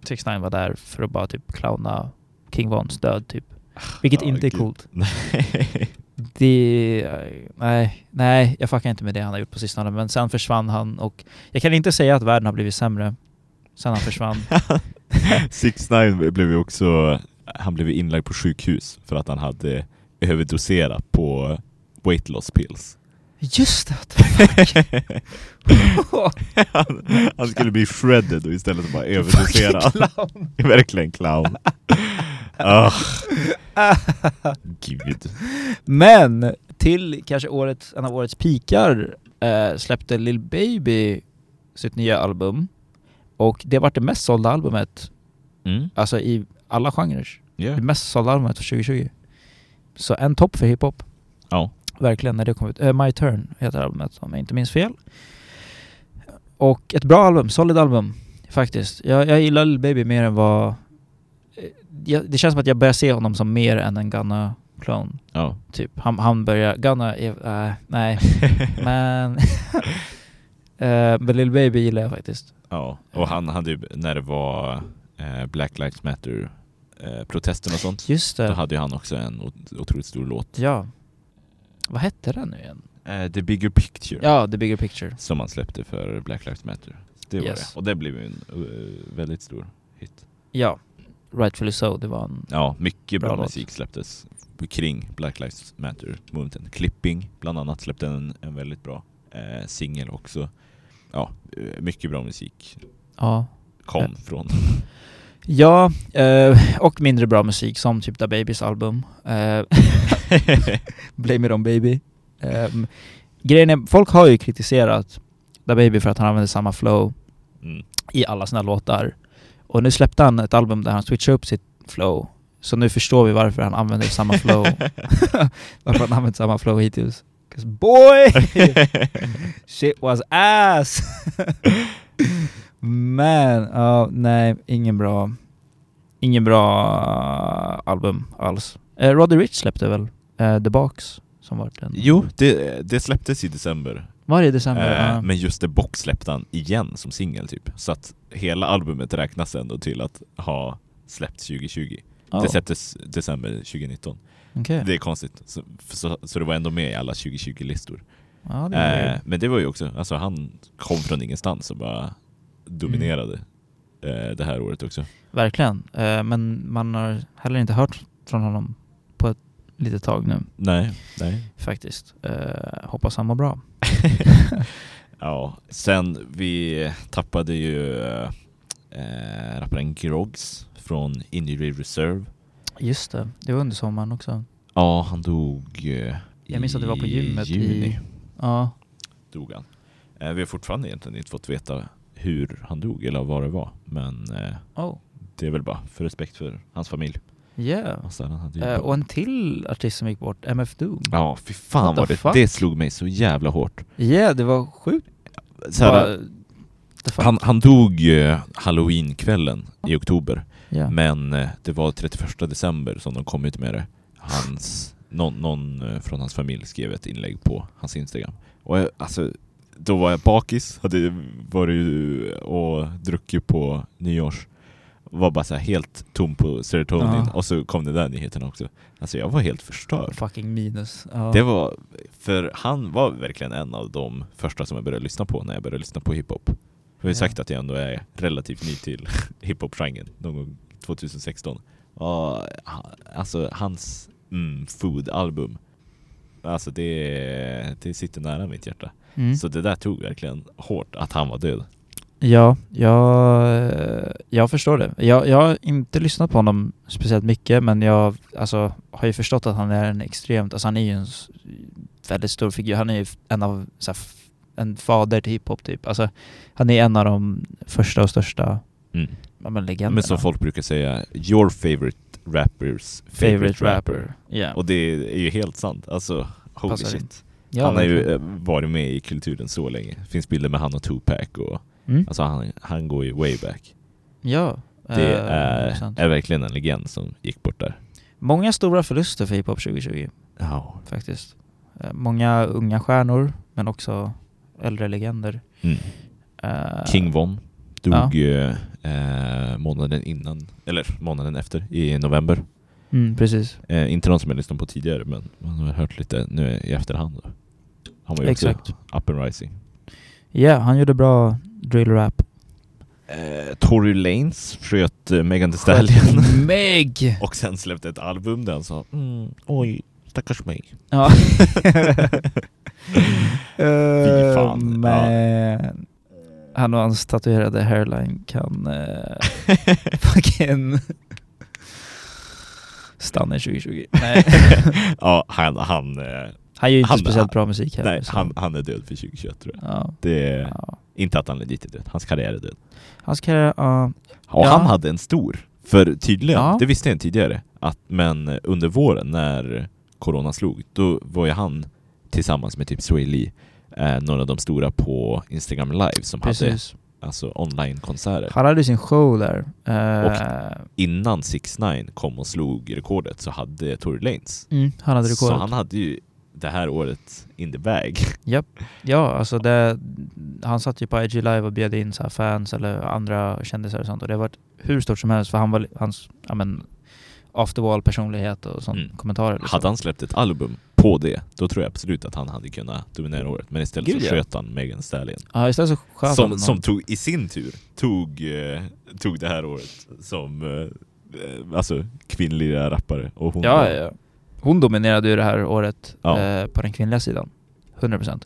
[SPEAKER 2] 6 9 var där för att bara typ clowna King Vons död typ. Vilket
[SPEAKER 1] ja,
[SPEAKER 2] inte är
[SPEAKER 1] gud.
[SPEAKER 2] coolt. Det... Nej, nej, jag fuckar inte med det han har gjort på sistone. Men sen försvann han och jag kan inte säga att världen har blivit sämre sen han försvann.
[SPEAKER 1] Six Nine blev ju också, han blev ju inlagd på sjukhus för att han hade överdoserat på weight loss pills.
[SPEAKER 2] Just det!
[SPEAKER 1] han, han skulle bli shredded och istället bara överdosera. Verkligen clown. Ah. Gud.
[SPEAKER 2] Men till kanske årets, en av årets pikar eh, släppte Lil Baby sitt nya album. Och det var det mest sålda albumet,
[SPEAKER 1] Mm.
[SPEAKER 2] alltså i alla genrer.
[SPEAKER 1] ja.
[SPEAKER 2] Det mest sålda albumet för 2020. Så en topp för hiphop.
[SPEAKER 1] Ja.
[SPEAKER 2] Verkligen, när det kom ut. Eh, My Turn heter albumet om jag inte minns fel. Och ett bra album, solid album faktiskt. Jag, jag gillar Lil Baby mer än vad... eh, Jag, det känns som att jag börjar se honom som mer än en Gunna-klon.
[SPEAKER 1] Ja.
[SPEAKER 2] Typ, han, han börjar... Gunna är... Äh, nej, men... eh, men Lil Baby gillar jag faktiskt.
[SPEAKER 1] ja. Och han hade ju, när det var eh, Black Lives Matter eh, protesten och sånt,
[SPEAKER 2] Just
[SPEAKER 1] då
[SPEAKER 2] det.
[SPEAKER 1] hade ju han också en ot- otroligt stor låt.
[SPEAKER 2] Ja. Vad hette den nu igen?
[SPEAKER 1] Eh, The Bigger Picture.
[SPEAKER 2] Ja, The Bigger Picture.
[SPEAKER 1] som han släppte för Black Lives Matter. Det var
[SPEAKER 2] Yes.
[SPEAKER 1] det. Och det blev ju en eh, väldigt stor hit.
[SPEAKER 2] Ja. Rightfully So, det var en...
[SPEAKER 1] Ja, mycket bra,
[SPEAKER 2] Bra låt.
[SPEAKER 1] musik släpptes kring Black Lives Matter movementen. Clipping bland annat släppte en, en väldigt bra eh, singel också. Ja, eh, mycket bra musik
[SPEAKER 2] Ja.
[SPEAKER 1] kom
[SPEAKER 2] Ja.
[SPEAKER 1] från.
[SPEAKER 2] Ja, eh, och mindre bra musik som typ Da Babys album. Eh, Blame it on baby. Ehm, grejen är, folk har ju kritiserat Da Baby för att han använder samma flow
[SPEAKER 1] Mm.
[SPEAKER 2] i alla sina låtar. Och nu släppte han ett album där han switchade upp sitt flow. Så nu förstår vi varför han använder samma flow. varför han använt samma flow hittills. 'Cause boy! Shit was ass! Men, ja, nej, ingen bra... Ingen bra album alls. Eh, Roddy Rich släppte väl eh, The Box? Som var den...
[SPEAKER 1] Jo, det, det släpptes i december.
[SPEAKER 2] Var det i december?
[SPEAKER 1] Eh,
[SPEAKER 2] Ja.
[SPEAKER 1] Men just The Box släppte han igen som singel typ. Så att hela albumet räknas ändå till att ha släppts 2020.
[SPEAKER 2] Ja,
[SPEAKER 1] Det släpptes december 2019.
[SPEAKER 2] okej.
[SPEAKER 1] Det är konstigt. Så, så, så det var ändå med i alla 2020-listor.
[SPEAKER 2] Ja, det är
[SPEAKER 1] Eh, men det var ju också, alltså han kom från ingenstans och bara dominerade eh, det här året också.
[SPEAKER 2] Verkligen. Eh, men man har heller inte hört från honom på ett litet tag nu
[SPEAKER 1] Nej, nej.
[SPEAKER 2] faktiskt. Eh, hoppas han mår bra.
[SPEAKER 1] Ja, sen vi tappade ju eh, eh, rapparen Groggs från Injury Reserve.
[SPEAKER 2] Just det, det var under sommaren också.
[SPEAKER 1] Ja, han dog eh,
[SPEAKER 2] Jag minns att det var på
[SPEAKER 1] i
[SPEAKER 2] gymmet i-
[SPEAKER 1] juni.
[SPEAKER 2] Ja,
[SPEAKER 1] dog han. Eh, vi har fortfarande egentligen inte fått veta hur han dog eller vad det var. Men eh,
[SPEAKER 2] oh,
[SPEAKER 1] det är väl bara för respekt för hans familj.
[SPEAKER 2] yeah.
[SPEAKER 1] Och sen han hade ju
[SPEAKER 2] Eh,
[SPEAKER 1] bara-
[SPEAKER 2] och en till artist som gick bort, MF Doom. Ja,
[SPEAKER 1] Ja, fy fan
[SPEAKER 2] What the
[SPEAKER 1] var det.
[SPEAKER 2] fuck?
[SPEAKER 1] Det slog mig så jävla hårt.
[SPEAKER 2] yeah, det var sjukt.
[SPEAKER 1] Så här, äh,
[SPEAKER 2] Bara- the fuck?
[SPEAKER 1] han, han dog eh, halloweenkvällen i oktober,
[SPEAKER 2] Ja.
[SPEAKER 1] men eh, det var 31 december som de kom ut med det. Hans, någon, någon eh, från hans familj skrev ett inlägg på hans Instagram. Och jag, alltså, då var jag bakis, hade varit ju och druckit på nyårs. Var bara så här helt tom på serotonin
[SPEAKER 2] Ja.
[SPEAKER 1] och så kom den där nyheten också. Alltså jag var helt förstörd.
[SPEAKER 2] Fucking minus. Ja.
[SPEAKER 1] Det var, för han var verkligen en av de första som jag började lyssna på när jag började lyssna på hiphop. Jag har ju
[SPEAKER 2] Ja.
[SPEAKER 1] sagt att jag ändå är relativt ny till hiphop-genren, någon gång 2016. Och, ha- alltså hans mm, food-album, alltså det, det sitter nära mitt hjärta.
[SPEAKER 2] Mm.
[SPEAKER 1] Så det där tog verkligen hårt att han var död.
[SPEAKER 2] Ja, jag, jag förstår det. Jag, jag har inte lyssnat på honom speciellt mycket men jag alltså, har ju förstått att han är en extremt, alltså han är ju en s- väldigt stor figur. Han är ju en av, så här, f- en fader till hiphop typ. Alltså han är en av de första och största
[SPEAKER 1] Mm.
[SPEAKER 2] ja, men, legenderna.
[SPEAKER 1] Men som folk brukar säga, your favorite rappers favorite, rapper.
[SPEAKER 2] Ja.
[SPEAKER 1] Och det är ju helt sant. Alltså, holy
[SPEAKER 2] Passar
[SPEAKER 1] shit.
[SPEAKER 2] in. Ja,
[SPEAKER 1] han har ju
[SPEAKER 2] verkligen.
[SPEAKER 1] eh, varit med i kulturen så länge. Det finns bilder med han och Tupac och
[SPEAKER 2] Mm.
[SPEAKER 1] alltså han, han går ju way back.
[SPEAKER 2] Ja.
[SPEAKER 1] Det
[SPEAKER 2] eh,
[SPEAKER 1] är,
[SPEAKER 2] sant.
[SPEAKER 1] är verkligen en legend som gick bort där.
[SPEAKER 2] Många stora förluster för hiphop 2020
[SPEAKER 1] Ja.
[SPEAKER 2] faktiskt. Eh, Många unga stjärnor men också äldre legender.
[SPEAKER 1] Mm.
[SPEAKER 2] Eh,
[SPEAKER 1] King Von dog
[SPEAKER 2] Ja.
[SPEAKER 1] ju eh, månaden innan, eller månaden efter, i november.
[SPEAKER 2] Mm, precis.
[SPEAKER 1] Eh, inte någon som jag lyssnat på tidigare men man har hört lite nu i efterhand. Då. Han var ju
[SPEAKER 2] Exakt.
[SPEAKER 1] också up and rising.
[SPEAKER 2] Ja, han gjorde bra drill rap.
[SPEAKER 1] Eh, Tory Lanez sköt eh, Megan Thee Stallion
[SPEAKER 2] Meg!
[SPEAKER 1] och sen släppte ett album där han sa mm, oj, stackars mig.
[SPEAKER 2] Ja.
[SPEAKER 1] Fy fan, ja.
[SPEAKER 2] Eh, Men han och hans tatuerade hairline kan eh, fucking stanna i 2020. Nej.
[SPEAKER 1] ja, han, han, eh,
[SPEAKER 2] Han gör ju inte
[SPEAKER 1] Han-
[SPEAKER 2] speciellt bra musik heller.
[SPEAKER 1] nej,
[SPEAKER 2] så-
[SPEAKER 1] han, han är död för 2021 tror jag.
[SPEAKER 2] Ja.
[SPEAKER 1] Det är
[SPEAKER 2] ja.
[SPEAKER 1] inte att han är lite död, hans karriär är död.
[SPEAKER 2] Hans karriär, ja.
[SPEAKER 1] Och
[SPEAKER 2] Ja.
[SPEAKER 1] han hade en stor, för tydligen,
[SPEAKER 2] Ja.
[SPEAKER 1] det visste jag inte tidigare, att, men under våren när corona slog, då var ju han tillsammans med typ Sway Lee eh, några av de stora på Instagram live som hade
[SPEAKER 2] precis.
[SPEAKER 1] alltså, onlinekonserter.
[SPEAKER 2] Han hade ju sin show där. Eh,
[SPEAKER 1] Innan 6 9 kom och slog rekordet så hade Tory Lanez.
[SPEAKER 2] mm, han hade
[SPEAKER 1] Så
[SPEAKER 2] rekordet.
[SPEAKER 1] han hade ju det här året in the bag.
[SPEAKER 2] Ja, alltså det, han satt ju på IG Live och bjöd in så här fans eller andra kändisar och sånt och det har varit hur stort som helst för han var li- hans, ja men, after wall personlighet och sånt
[SPEAKER 1] Mm.
[SPEAKER 2] kommentarer. Liksom.
[SPEAKER 1] Hade han släppt ett album på det, då tror jag absolut att han hade kunnat dominera året. Men istället
[SPEAKER 2] Gud,
[SPEAKER 1] så
[SPEAKER 2] ja.
[SPEAKER 1] sköt han Megan Stallion.
[SPEAKER 2] Ja, istället så sköt han
[SPEAKER 1] Som,
[SPEAKER 2] någon.
[SPEAKER 1] som tog, i sin tur tog, eh, tog det här året som eh, eh, alltså, kvinnliga rappare. Och hon
[SPEAKER 2] ja, ja, ja. Hon dominerade ju det här året
[SPEAKER 1] Ja.
[SPEAKER 2] eh, på den kvinnliga sidan. 100%.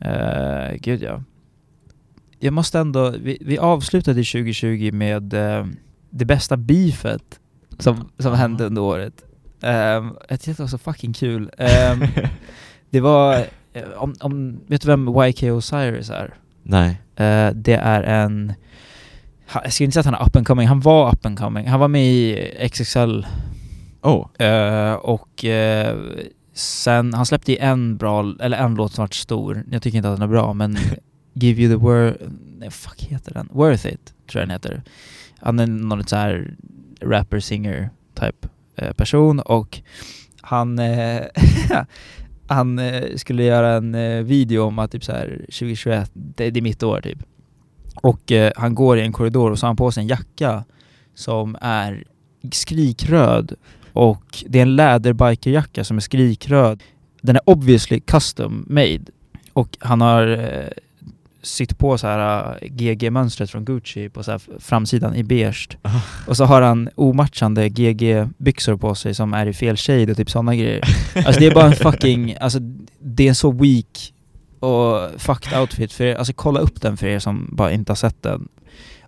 [SPEAKER 2] Eh, gud ja. Jag måste ändå, vi, vi avslutade 2020 med eh, det bästa beefet som, som
[SPEAKER 1] Ja.
[SPEAKER 2] hände under året. Eh, jag tyckte det var så fucking kul. Eh, det var, eh, om, om, vet du vem YK Osiris är?
[SPEAKER 1] Nej.
[SPEAKER 2] Eh, det är en... ha- Jag skulle inte säga att han är up and coming, han var up and coming. Han var med i XXL
[SPEAKER 1] Oh.
[SPEAKER 2] Eh, och eh, sen, han släppte ju en bra, eller en låt som vart stor. Jag tycker inte att den är bra, men Give You The Worth... Nej, fuck heter den? Worth It, tror jag den heter. Han är någon så här rapper, singer type eh, person och han... Eh, han eh, skulle göra en eh, video om att typ så här 2021, det, det är mitt år typ. Och eh, han går i en korridor och så har han på sig en jacka som är skrikröd och det är en läderbikerjacka som är skrikröd. Den är obviously custom made. Och han har eh, sitt på så här eh, GG-mönstret från Gucci på så här f- framsidan i beige. Och så har han omatchande GG-byxor på sig som är i fel shade och typ sådana grejer. Alltså det är bara en fucking, alltså det är en så weak och fucked outfit för er. Alltså kolla upp den för er som bara inte har sett den.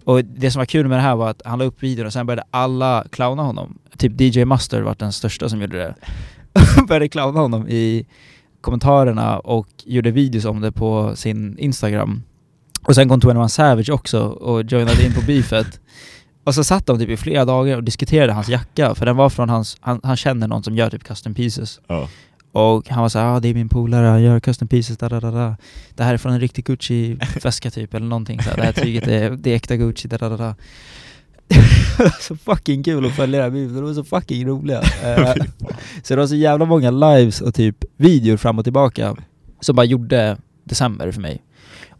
[SPEAKER 2] Och det som var kul med det här var att han la upp videon och sen började alla clowna honom. Typ DJ Mustard var den största som gjorde det. började clowna honom i kommentarerna och gjorde videos om det på sin Instagram. Och sen kom 21 Savage också och joinade in på beefet. Och så satt de typ i flera dagar och diskuterade hans jacka, för den var från hans, han, han känner någon som gör typ custom pieces.
[SPEAKER 1] Ja.
[SPEAKER 2] Och han var såhär, ah, det är min polare, han gör custom pieces, da, da, da, da. Det här är från en riktig Gucci-väska typ, eller någonting såhär. Det här tyget är, det är äkta Gucci, da, da, da, da. det var så fucking kul att följa det här budet, de var så fucking roliga. Eh, så det var så jävla många lives och typ videor fram och tillbaka som bara gjorde december för mig.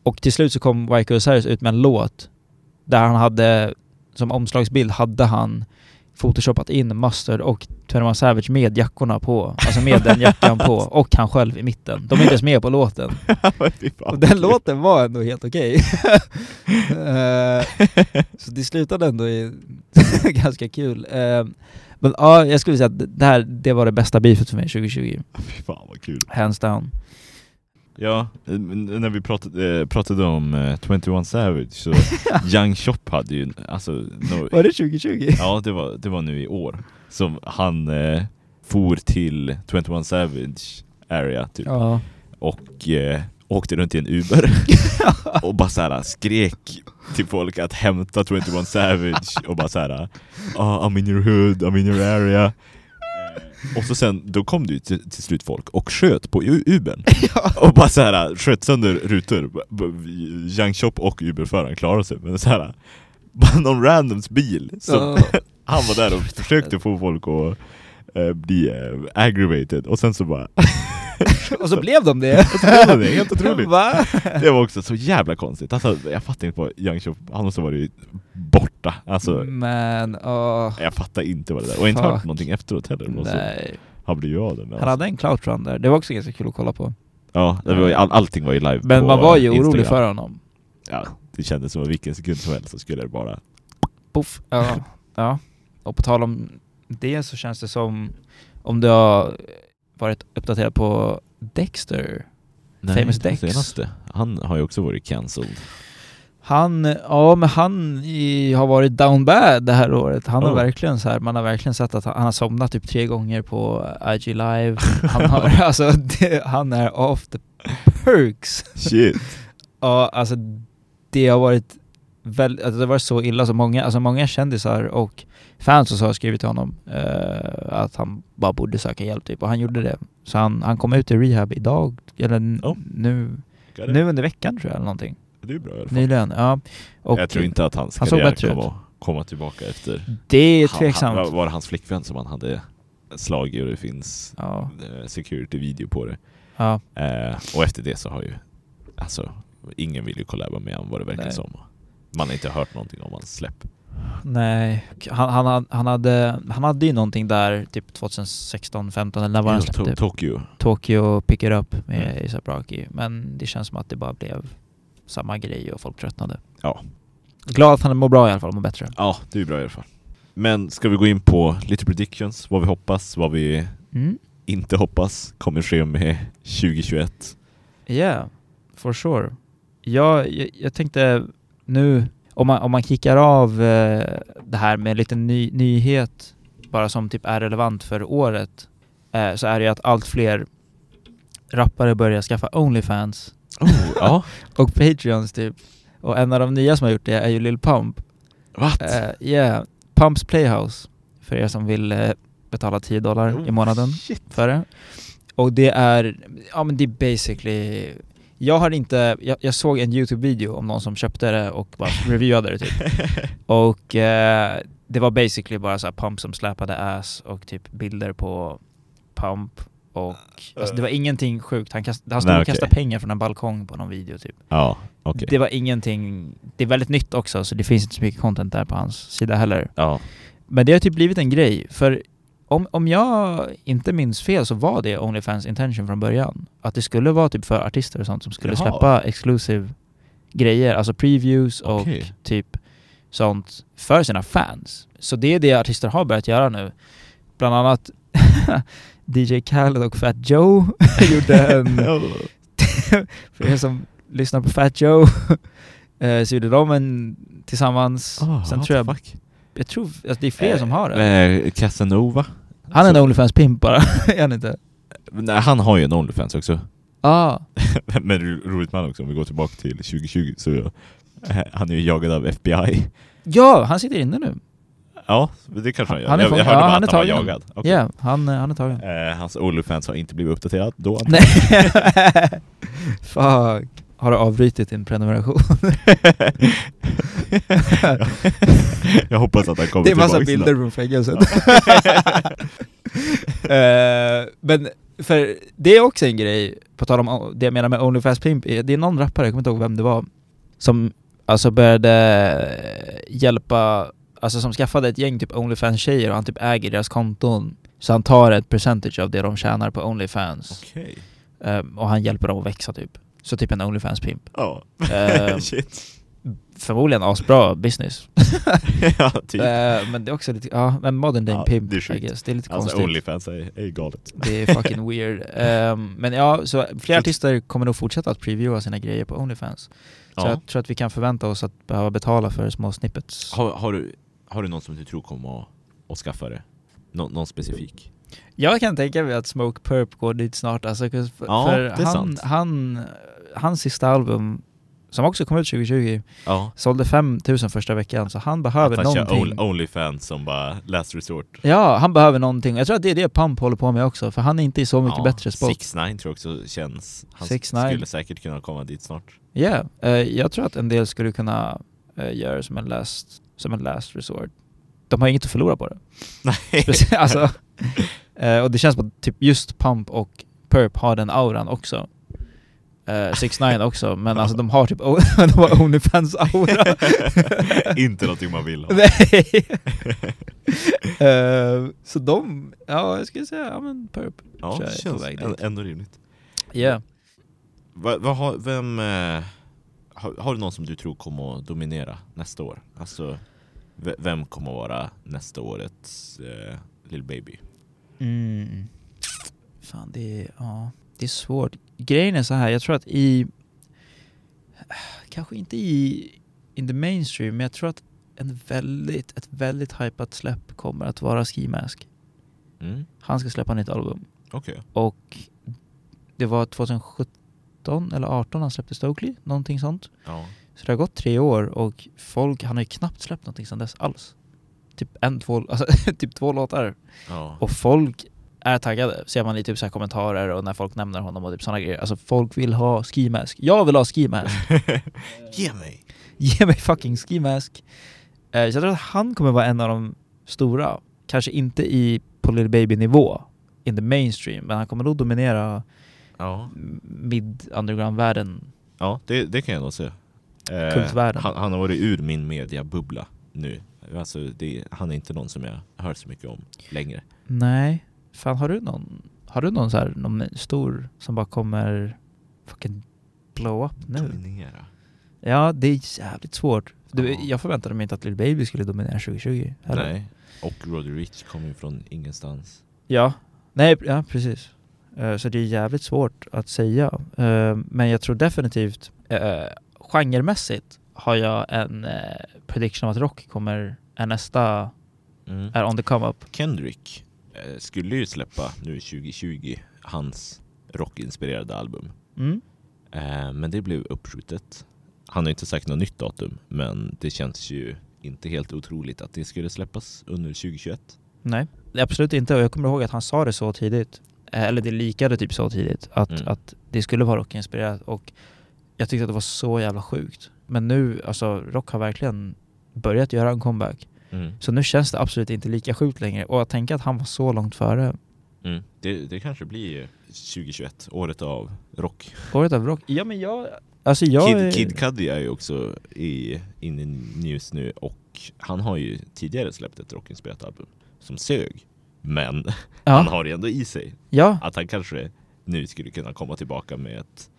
[SPEAKER 2] Och till slut så kom Wyco Osiris ut med en låt där han hade, som omslagsbild hade han photoshopat in Mustard och 21 Savage med jackorna på, alltså med den jackan på, och han själv i mitten. De är inte ens med på låten.
[SPEAKER 1] Fy fan.
[SPEAKER 2] Och den låten var ändå helt okej. Eh, så det slutade ändå i ganska kul. Eh, men ja, jag skulle säga att det, här, det var det bästa beefet för mig 2020.
[SPEAKER 1] Fy fan vad kul.
[SPEAKER 2] Hands down.
[SPEAKER 1] Ja, men när vi pratade, eh, pratade om eh, 21 Savage så Young Chop hade ju, alltså, no,
[SPEAKER 2] Var det 2020?
[SPEAKER 1] ja det var, det var nu i år, som han eh, for till 21 Savage area typ
[SPEAKER 2] Ja.
[SPEAKER 1] och eh, åkte runt i en Uber och bara såhär skrek till folk att hämta 21 Savage och bara såhär ah I'm in your hood, I'm in your area. Eh, Och så sen, då kom det ju till, till slut folk och sköt på U- Ubern och bara såhär sköt sönder rutor. B- b- Young Chop och Uberföraren klarade sig men såhär bara någon randoms bil som
[SPEAKER 2] Ja.
[SPEAKER 1] han var där och försökte få folk att eh, bli eh, aggravated och sen så bara
[SPEAKER 2] Och så blev de det!
[SPEAKER 1] blev de det, helt otroligt.
[SPEAKER 2] Va?
[SPEAKER 1] Det var också så jävla konstigt, alltså, jag fattar inte vad Young Chop, han måste ha varit borta. Alltså,
[SPEAKER 2] Men, åh.
[SPEAKER 1] jag fattar inte vad det där, och jag har inte
[SPEAKER 2] Mm. Fuck.
[SPEAKER 1] hört någonting efteråt heller. Och så
[SPEAKER 2] nej.
[SPEAKER 1] han blev ju av det. Men
[SPEAKER 2] Han
[SPEAKER 1] alltså.
[SPEAKER 2] hade en clout run där, det var också ganska kul att kolla på.
[SPEAKER 1] ja, det var, ju- all, allting var ju live
[SPEAKER 2] Men
[SPEAKER 1] på
[SPEAKER 2] man var ju
[SPEAKER 1] Instagram.
[SPEAKER 2] orolig för honom.
[SPEAKER 1] Ja, det kändes som att vilken sekund som helst så skulle det bara...
[SPEAKER 2] Poff. Ja. ja. Och på tal om det så känns det som om du har varit uppdaterad på Dexter. Famous
[SPEAKER 1] inte den
[SPEAKER 2] Dex.
[SPEAKER 1] Senaste. Han har ju också varit cancelled.
[SPEAKER 2] Han, ja men han i, har varit down bad det här året. Han har
[SPEAKER 1] Oh.
[SPEAKER 2] verkligen så här, man har verkligen sett att han, han har somnat typ tre gånger på IG live. Han har, alltså det, han är off the perks.
[SPEAKER 1] Shit.
[SPEAKER 2] Ja, alltså det har varit väl, alltså, det har varit så illa så många, alltså många kändisar och fans och så har skrivit till honom eh, att han bara borde söka hjälp typ och han gjorde det. Så han, han kom ut i rehab idag, eller n-
[SPEAKER 1] Oh.
[SPEAKER 2] nu, nu under veckan tror jag eller någonting.
[SPEAKER 1] Det är bra i alla fall.
[SPEAKER 2] Nyligen, ja. Och
[SPEAKER 1] Jag tror inte att hans
[SPEAKER 2] han såg
[SPEAKER 1] karriär
[SPEAKER 2] bättre ut.
[SPEAKER 1] kommer att komma tillbaka efter...
[SPEAKER 2] det är
[SPEAKER 1] Han,
[SPEAKER 2] tveksamt.
[SPEAKER 1] han, var det hans flickvän som han hade slagit och det finns
[SPEAKER 2] Ja,
[SPEAKER 1] eh, security-video på det.
[SPEAKER 2] ja.
[SPEAKER 1] Eh, och efter det så har ju alltså, ingen vill ju collaba med honom vad det verkar
[SPEAKER 2] Nej.
[SPEAKER 1] som. Man har inte hört någonting om hans släpp.
[SPEAKER 2] Nej, han, han, hade- han, hade, han hade ju någonting där typ 2016, 15 eller när var han
[SPEAKER 1] Jo,
[SPEAKER 2] släppte?
[SPEAKER 1] To- Tokyo.
[SPEAKER 2] Tokyo Pick It Up med
[SPEAKER 1] Mm.
[SPEAKER 2] ASAP Rocky. Men det känns som att det bara blev samma grej och folk tröttnade.
[SPEAKER 1] Ja.
[SPEAKER 2] Glad att han mår bra i alla fall, mår bättre.
[SPEAKER 1] Ja, det är ju bra i alla fall. Men ska vi gå in på lite predictions, vad vi hoppas, vad vi
[SPEAKER 2] Mm.
[SPEAKER 1] inte hoppas kommer ske med 2021.
[SPEAKER 2] Yeah, for sure. Jag, jag, jag tänkte nu, om man, om man kickar av eh, det här med lite ny, nyhet bara som typ är relevant för året eh, så är det ju att allt fler rappare börjar skaffa Onlyfans
[SPEAKER 1] Oh, ja.
[SPEAKER 2] och Patreons typ. Och en av de nya som har gjort det är ju Lil Pump.
[SPEAKER 1] What?
[SPEAKER 2] Eh, yeah, Pumps Playhouse för er som vill eh, betala 10 dollar i månaden
[SPEAKER 1] Oh, Shit.
[SPEAKER 2] för det. Och det är, ja men det är basically jag har inte, jag, jag såg en YouTube-video om någon som köpte det och bara reviewade det typ. Och eh, det var basically bara så här Pump som släpade ass och typ bilder på Pump och alltså det var ingenting sjukt. Han, kast, han stod
[SPEAKER 1] Uh. Nej,
[SPEAKER 2] och kastade
[SPEAKER 1] okej.
[SPEAKER 2] pengar från en balkong på någon video typ.
[SPEAKER 1] Ja, okej.
[SPEAKER 2] Det var ingenting, det är väldigt nytt också så det finns inte så mycket content där på hans sida heller.
[SPEAKER 1] Ja.
[SPEAKER 2] Men det har typ blivit en grej, för om, om jag inte minns fel så var det Onlyfans intention från början. Att det skulle vara typ för artister och sånt som skulle
[SPEAKER 1] Jaha.
[SPEAKER 2] släppa exclusive grejer, alltså previews och
[SPEAKER 1] Okej.
[SPEAKER 2] typ sånt för sina fans. Så det är det artister har börjat göra nu. Bland annat DJ Khaled och Fat Joe gjorde en för er som lyssnar på Fat Joe eh, så gjorde de en tillsammans.
[SPEAKER 1] Oh,
[SPEAKER 2] Sen
[SPEAKER 1] what
[SPEAKER 2] tror jag,
[SPEAKER 1] the fuck?
[SPEAKER 2] jag tror att det är fler
[SPEAKER 1] Eh,
[SPEAKER 2] som har det.
[SPEAKER 1] Eh, Casanova?
[SPEAKER 2] Han är en
[SPEAKER 1] så-
[SPEAKER 2] Onlyfans-pimp bara, är han inte?
[SPEAKER 1] Nej, han har ju en Onlyfans också.
[SPEAKER 2] Ja,
[SPEAKER 1] Men ro- roligt man också, om vi går tillbaka till 2020 så eh, han är ju jagad av FBI.
[SPEAKER 2] ja han sitter inne nu.
[SPEAKER 1] Ja, det kanske han gör.
[SPEAKER 2] Han är
[SPEAKER 1] jag, jag
[SPEAKER 2] fången.
[SPEAKER 1] hörde
[SPEAKER 2] Ja,
[SPEAKER 1] bara
[SPEAKER 2] han
[SPEAKER 1] att
[SPEAKER 2] är
[SPEAKER 1] han var
[SPEAKER 2] tagen.
[SPEAKER 1] jagad.
[SPEAKER 2] Ja,
[SPEAKER 1] Okej.
[SPEAKER 2] han, eh, han är tagen.
[SPEAKER 1] Eh, hans Onlyfans har inte blivit uppdaterad då.
[SPEAKER 2] Nej. Fuck. Har du avbrutit din prenumeration?
[SPEAKER 1] jag hoppas att han kommer
[SPEAKER 2] Det är massa
[SPEAKER 1] tillbaka
[SPEAKER 2] bilder
[SPEAKER 1] snart.
[SPEAKER 2] från fängelset. Eh, men för det är också en grej, på tal om o- det jag menar med Onlyfans Pimp, är- det är någon rappare, jag kommer inte ihåg vem det var, som alltså började eh, hjälpa, Alltså som skaffade ett gäng typ Onlyfans-tjejer och han typ äger deras konton. Så han tar ett percentage av det de tjänar på Onlyfans.
[SPEAKER 1] Okej.
[SPEAKER 2] Ehm, och han hjälper dem att växa typ. Så typ en Onlyfans-pimp.
[SPEAKER 1] Ja.
[SPEAKER 2] Ehm,
[SPEAKER 1] Shit.
[SPEAKER 2] förmodligen asbra business.
[SPEAKER 1] ja, typ.
[SPEAKER 2] Ehm, men det är också lite, ja, men modern day
[SPEAKER 1] Ja,
[SPEAKER 2] pimp
[SPEAKER 1] det är sjukt.
[SPEAKER 2] I guess. Det är lite
[SPEAKER 1] Alltså
[SPEAKER 2] konstigt.
[SPEAKER 1] Onlyfans är, är galet.
[SPEAKER 2] Det är fucking weird. Ehm, men ja, så fler artister kommer nog fortsätta att previewa sina grejer på Onlyfans. Så
[SPEAKER 1] Ja.
[SPEAKER 2] jag tror att vi kan förvänta oss att behöva betala för små snippets.
[SPEAKER 1] Har, har, du, har du någon som du tror kommer att, att skaffa det? Nå, någon specifik?
[SPEAKER 2] Jag kan tänka mig att Smoke Purp går dit snart alltså, 'cause f-
[SPEAKER 1] Ja,
[SPEAKER 2] för
[SPEAKER 1] det är
[SPEAKER 2] han,
[SPEAKER 1] sant.
[SPEAKER 2] han, hans sista album, som också kom ut 2020,
[SPEAKER 1] Ja.
[SPEAKER 2] sålde 5000 första veckan, så han behöver
[SPEAKER 1] Att han kör
[SPEAKER 2] någonting.
[SPEAKER 1] on- Onlyfans som bara last resort.
[SPEAKER 2] Ja, han behöver någonting. Jag tror att det är det Pump håller på med också, för han är inte i så mycket
[SPEAKER 1] Ja,
[SPEAKER 2] bättre spot.
[SPEAKER 1] 6ix9ine tror jag också känns. Han
[SPEAKER 2] 6ix9ine.
[SPEAKER 1] skulle säkert kunna komma dit snart.
[SPEAKER 2] Ja, eh, jag tror att en del skulle kunna eh, göra som en last, som en last resort. De har inget att förlora på det.
[SPEAKER 1] Nej.
[SPEAKER 2] Precis, alltså, eh, och det känns som att typ just Pump och Perp har den auran också. Uh, 6 9 också, men alltså de har typ o- de har Onlyfans-aura.
[SPEAKER 1] Inte någonting man vill ha.
[SPEAKER 2] Nej! Eh, så de, ja jag skulle säga, ja men Perp.
[SPEAKER 1] Ja,
[SPEAKER 2] Kör
[SPEAKER 1] det
[SPEAKER 2] på
[SPEAKER 1] känns
[SPEAKER 2] väg
[SPEAKER 1] än-
[SPEAKER 2] dit.
[SPEAKER 1] ändå rimligt.
[SPEAKER 2] Yeah.
[SPEAKER 1] Va, vad har- vem, eh, har, har du någon som du tror kommer att dominera nästa år? Alltså, ve- vem kommer att vara nästa årets eh, Lil Baby?
[SPEAKER 2] Mm. Fan, det är, ja, det är svårt. Grejen är så här, jag tror att i... Kanske inte i in the mainstream, men jag tror att en väldigt, ett väldigt hypat släpp kommer att vara Ski Mask.
[SPEAKER 1] Mm?
[SPEAKER 2] Han ska släppa nytt album.
[SPEAKER 1] Okej.
[SPEAKER 2] Och det var 2017 eller 18 han släppte Stokely, någonting sånt.
[SPEAKER 1] Ja.
[SPEAKER 2] Så det har gått tre år och folk, han har ju knappt släppt någonting sedan dess alls. Typ en, två, alltså typ två låtar
[SPEAKER 1] ja.
[SPEAKER 2] och folk är taggade, ser man i typ så här kommentarer och när folk nämner honom och typ sådana grejer. Alltså folk vill ha ski mask. Jag vill ha ski mask.
[SPEAKER 1] Ge mig!
[SPEAKER 2] Ge mig fucking ski mask. Eh, Så jag tror att han kommer vara en av de stora. Kanske inte i på Little Baby-nivå, in the mainstream, men han kommer nog dominera
[SPEAKER 1] Ja,
[SPEAKER 2] mid-underground-världen.
[SPEAKER 1] ja det, det kan jag nog se. Eh,
[SPEAKER 2] Kultvärlden.
[SPEAKER 1] han, han har varit ur min mediabubbla nu. Alltså, det, han är inte någon som jag hör så mycket om längre.
[SPEAKER 2] Nej, fan har du någon, har du någon så här, någon stor som bara kommer fucking blow up nu?
[SPEAKER 1] Dominera.
[SPEAKER 2] Ja, det är jävligt svårt. Du,
[SPEAKER 1] Ja.
[SPEAKER 2] Jag förväntade mig inte att Lil Baby skulle dominera 2020. heller.
[SPEAKER 1] Nej. Och Roddy Ricch kom ju från ingenstans.
[SPEAKER 2] Ja. Nej, ja precis. Eh, Så det är jävligt svårt att säga. Eh, Men jag tror definitivt, eh, genremässigt har jag en eh, prediction om att rock kommer, är nästa,
[SPEAKER 1] Mm.
[SPEAKER 2] är on the come up.
[SPEAKER 1] Kendrick eh, skulle ju släppa nu 2020 hans rockinspirerade album.
[SPEAKER 2] Mm.
[SPEAKER 1] Eh, men det blev uppskjutet. Han har inte sagt något nytt datum, men det känns ju inte helt otroligt att det skulle släppas under 2021.
[SPEAKER 2] Nej, absolut inte. Och jag kommer ihåg att han sa det så tidigt. Eh, Eller det likade typ så tidigt. Att,
[SPEAKER 1] Mm.
[SPEAKER 2] att det skulle vara rockinspirerat. Och jag tyckte att det var så jävla sjukt. Men nu, alltså rock har verkligen börjat göra en comeback.
[SPEAKER 1] Mm.
[SPEAKER 2] Så nu känns det absolut inte lika sjukt längre. Och att tänka att han var så långt före.
[SPEAKER 1] Mm. Det, det kanske blir 2021, året av rock.
[SPEAKER 2] Året av rock. Ja men jag... Alltså jag... är-
[SPEAKER 1] Kid, Kid Cudi är ju också i, inne i news nu och han har ju tidigare släppt ett rockinspirerat album som sög. Men han
[SPEAKER 2] ja.
[SPEAKER 1] har det ändå i sig.
[SPEAKER 2] ja,
[SPEAKER 1] att han kanske nu skulle kunna komma tillbaka med ett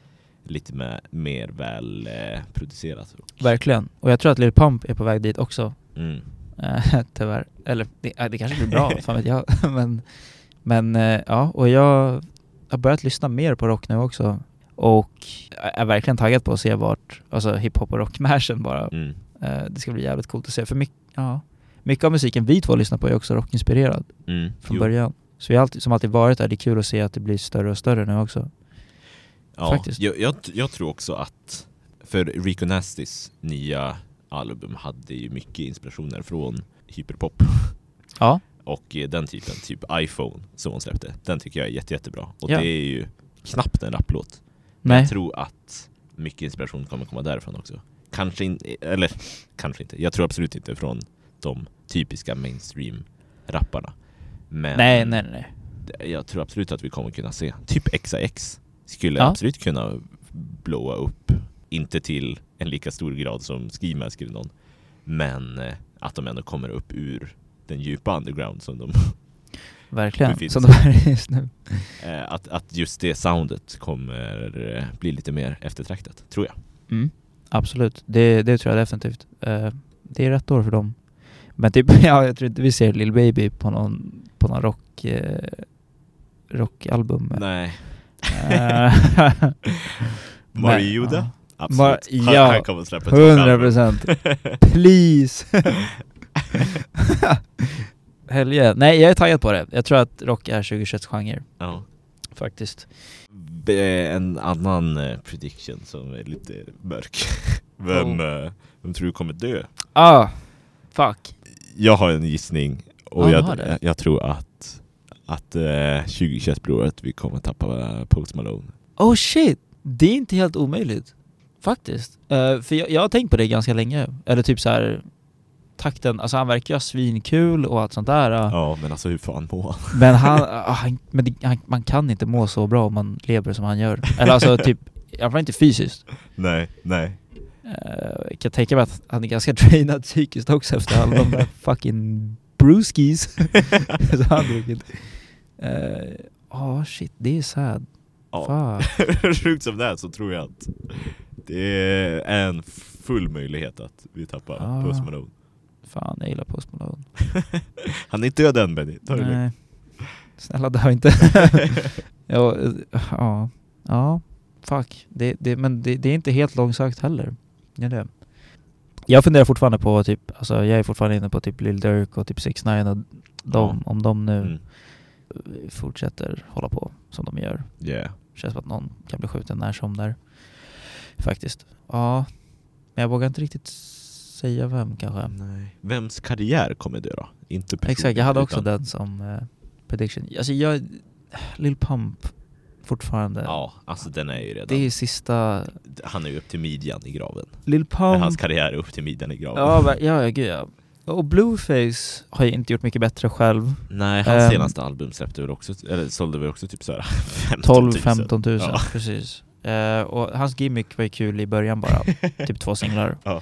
[SPEAKER 1] lite mer, mer väl eh, producerat.
[SPEAKER 2] verkligen. Och jag tror att Lil Pump är på väg dit också.
[SPEAKER 1] Mm.
[SPEAKER 2] Eh, Tyvärr. Eller det, eh, det kanske blir bra, fan vet jag. Men, men eh, ja, och jag har börjat lyssna mer på rock nu också. Och är verkligen taggad på att se vart, alltså hiphop och rockmashen bara.
[SPEAKER 1] Mm.
[SPEAKER 2] Eh, Det ska bli jävligt coolt att se. För mycket, ja, mycket av musiken vi två lyssnar på är också rockinspirerad
[SPEAKER 1] Mm.
[SPEAKER 2] från
[SPEAKER 1] Jo,
[SPEAKER 2] början. Så vi har alltid, som alltid varit där, det är kul att se att det blir större och större nu också.
[SPEAKER 1] ja,
[SPEAKER 2] faktiskt.
[SPEAKER 1] Jag, jag, jag tror också att för Rico Nastys nya album hade ju mycket inspirationer från hyperpop
[SPEAKER 2] Ja,
[SPEAKER 1] och eh, den typen, typ iPhone som hon släppte. Den tycker jag är jätte, jättebra och
[SPEAKER 2] Ja.
[SPEAKER 1] det är ju knappt en rapplåt. Men
[SPEAKER 2] nej.
[SPEAKER 1] jag tror att mycket inspiration kommer komma därifrån också. Kanske inte, eller kanske inte. Jag tror absolut inte från de typiska mainstream-rapparna. Men
[SPEAKER 2] Nej, nej, nej, nej.
[SPEAKER 1] jag tror absolut att vi kommer kunna se. Typ XAX skulle
[SPEAKER 2] Ja.
[SPEAKER 1] absolut kunna blåa upp. Inte till en lika stor grad som Ski Mask eller någon. Men eh, att de ändå kommer upp ur den djupa underground som de...
[SPEAKER 2] Verkligen,
[SPEAKER 1] Precis.
[SPEAKER 2] som de är just nu.
[SPEAKER 1] Eh, att, att just det soundet kommer eh, bli lite mer eftertraktat, tror jag.
[SPEAKER 2] Mm. Absolut, det, det tror jag definitivt. Eh, det är rätt år för dem. Men typ, ja, jag tror inte vi ser Lil Baby på någon, på någon rock, eh, rockalbum.
[SPEAKER 1] Nej.
[SPEAKER 2] Eh,
[SPEAKER 1] Mario
[SPEAKER 2] Nej,
[SPEAKER 1] Yoda?
[SPEAKER 2] ja.
[SPEAKER 1] Absolut.
[SPEAKER 2] Mar-
[SPEAKER 1] Han-
[SPEAKER 2] ja,
[SPEAKER 1] han kommer släppa ett
[SPEAKER 2] Hundra
[SPEAKER 1] album.
[SPEAKER 2] procent. Please! Helge. Nej, jag är taggad på det. Jag tror att rock är 2021 genre,
[SPEAKER 1] Ja.
[SPEAKER 2] faktiskt.
[SPEAKER 1] Eh, En annan eh, prediction som är lite mörk. Vem, eh, vem tror du kommer dö?
[SPEAKER 2] Ah, fuck.
[SPEAKER 1] Jag har en gissning och
[SPEAKER 2] Ja, du har
[SPEAKER 1] jag,
[SPEAKER 2] det.
[SPEAKER 1] jag, tror att, att eh, 2021 blir året vi kommer tappa eh, Post Malone.
[SPEAKER 2] Oh shit! Det är inte helt omöjligt. Faktiskt. Eh, för jag, jag har tänkt på det ganska länge. Eller typ så här takten, alltså han verkar ju ha svinkul och allt sånt där. eh.
[SPEAKER 1] Ja men alltså hur fan mår han?
[SPEAKER 2] Men han, ah, han, men det, han, man kan inte må så bra om man lever som han gör. Eller alltså typ, i alla fall inte fysiskt.
[SPEAKER 1] Nej, nej.
[SPEAKER 2] Eh, jag kan tänka mig att han är ganska drainad psykiskt också efter alla de där fucking brewskis som han druckit. Ja, shit, det är sad.
[SPEAKER 1] Ja.
[SPEAKER 2] Fan.
[SPEAKER 1] Sjukt som det är så tror jag att det är en full möjlighet att vi tappar
[SPEAKER 2] Ah.
[SPEAKER 1] Post Malone.
[SPEAKER 2] Fan, jag gillar Post Malone.
[SPEAKER 1] Han är inte död än Benny, ta det lugnt.
[SPEAKER 2] Nej. Snälla dö inte. ja, eh, ja, ja, fuck. Det, det, men det, det är inte helt långsökt heller. Det är det. Jag funderar fortfarande på typ, alltså jag är fortfarande inne på typ Lil Durk och typ 6 9 och de, om de nu
[SPEAKER 1] Mm.
[SPEAKER 2] fortsätter hålla på som de gör.
[SPEAKER 1] Yeah.
[SPEAKER 2] Känns som att någon kan bli skjuten när som där. Faktiskt. Ja, men jag vågar inte riktigt säga vem kanske.
[SPEAKER 1] Nej. Vems karriär kommer dö då? Inte personen,
[SPEAKER 2] Exakt, jag hade också
[SPEAKER 1] utan-
[SPEAKER 2] den som eh, prediction. Alltså jag, Lil Pump fortfarande.
[SPEAKER 1] Ja, alltså den är ju redan...
[SPEAKER 2] det är sista,
[SPEAKER 1] Han är ju upp till midjan i graven.
[SPEAKER 2] Lil
[SPEAKER 1] Men
[SPEAKER 2] Pump.
[SPEAKER 1] Hans karriär är upp till midjan i graven.
[SPEAKER 2] ja, ver- ja, ja, gud ja. Och Blueface har ju inte gjort mycket bättre själv.
[SPEAKER 1] Nej, hans
[SPEAKER 2] Ehm.
[SPEAKER 1] senaste album släppte väl också, eller sålde väl också typ såhär 15 000.
[SPEAKER 2] 12-15 000,
[SPEAKER 1] Ja.
[SPEAKER 2] precis. Eh, och hans gimmick var ju kul i början bara, typ två singlar.
[SPEAKER 1] Ja.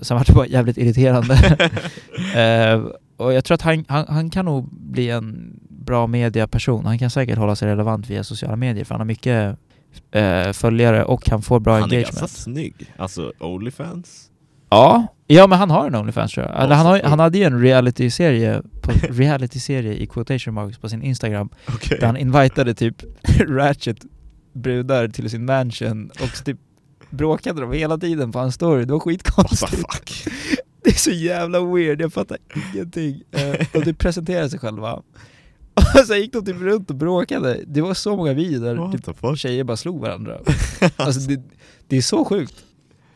[SPEAKER 2] Sen var det bara jävligt irriterande. Eh, och jag tror att han, han, han kan nog bli en bra mediaperson. Han kan säkert hålla sig relevant via sociala medier för han har mycket eh, följare och han får bra
[SPEAKER 1] Han är ganska
[SPEAKER 2] engagement.
[SPEAKER 1] snygg. Alltså Onlyfans.
[SPEAKER 2] Ja, ja men han har en Onlyfans tror jag. Eller han, har,
[SPEAKER 1] så-
[SPEAKER 2] han hade ju en reality-serie, på, reality-serie i quotation marks på sin Instagram
[SPEAKER 1] Okej.
[SPEAKER 2] där han invitade typ Ratchet brudar till sin mansion och typ bråkade de hela tiden på hans story. Det var
[SPEAKER 1] What the
[SPEAKER 2] skitkonstigt.
[SPEAKER 1] fuck?
[SPEAKER 2] Det är så jävla weird, jag fattar ingenting. Eh, De typ presenterade sig själva. Och sen gick de typ runt och bråkade. Det var så många videor där
[SPEAKER 1] What
[SPEAKER 2] typ
[SPEAKER 1] the fuck?
[SPEAKER 2] tjejer bara slog varandra. Alltså det, det är så sjukt.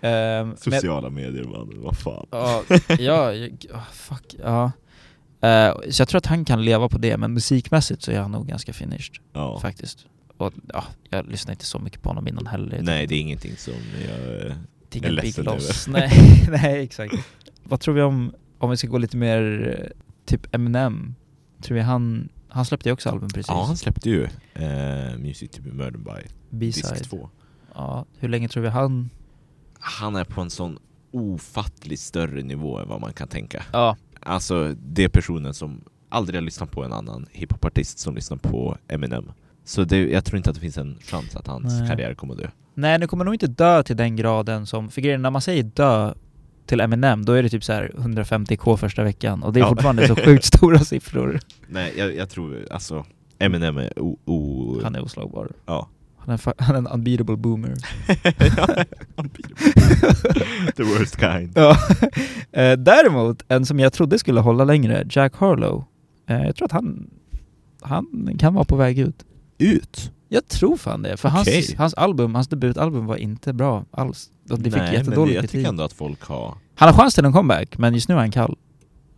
[SPEAKER 2] Eh, men-
[SPEAKER 1] Sociala medier man, vad fan.
[SPEAKER 2] Ja, ja, jag- ah, fuck, ja. Eh, så jag tror att han kan leva på det, men musikmässigt så är han nog ganska finished
[SPEAKER 1] Ja.
[SPEAKER 2] faktiskt. Och ja, jag lyssnar inte så mycket på honom innan heller.
[SPEAKER 1] Nej, det är ingenting som jag... eh,
[SPEAKER 2] det är
[SPEAKER 1] jag
[SPEAKER 2] ingen
[SPEAKER 1] är
[SPEAKER 2] big
[SPEAKER 1] ledsen
[SPEAKER 2] loss. Nej, nej, exakt. Vad tror vi om, om vi ska gå lite mer eh, typ Eminem? Tror vi han, han släppte ju också album precis.
[SPEAKER 1] Ja, han släppte ju eh, Music to be murdered by, disk
[SPEAKER 2] B-side.
[SPEAKER 1] 2.
[SPEAKER 2] Ja, hur länge tror vi han...
[SPEAKER 1] Han är på en sån ofattligt större nivå än vad man kan tänka.
[SPEAKER 2] Ja,
[SPEAKER 1] Alltså, det är personen som aldrig har lyssnat på en annan hiphopartist som lyssnar på Eminem. Så det, jag tror inte att det finns en chans att hans
[SPEAKER 2] Nej.
[SPEAKER 1] karriär kommer att dö.
[SPEAKER 2] Nej, den kommer nog inte dö till den graden som... För grejen, när man säger dö till Eminem, då är det typ så här 150k första veckan. Och det är
[SPEAKER 1] Ja.
[SPEAKER 2] fortfarande så sjukt stora siffror.
[SPEAKER 1] Nej, jag, jag tror alltså Eminem är o... o
[SPEAKER 2] Han är oslagbar.
[SPEAKER 1] Ja.
[SPEAKER 2] Han är, fa- han är en unbeatable boomer.
[SPEAKER 1] Ja, The worst kind.
[SPEAKER 2] Ja. Eh, Däremot, en som jag trodde skulle hålla längre, Jack Harlow. Eh, Jag tror att han, han kan vara på väg ut.
[SPEAKER 1] Ut?
[SPEAKER 2] Jag tror fan det, för hans,
[SPEAKER 1] Okej.
[SPEAKER 2] hans album, hans debutalbum var inte bra alls. Och det fick
[SPEAKER 1] Nej, men det-
[SPEAKER 2] jättedålig
[SPEAKER 1] jag
[SPEAKER 2] kritik.
[SPEAKER 1] tycker ändå att folk har...
[SPEAKER 2] Han har chans till en comeback, men just nu är han kall.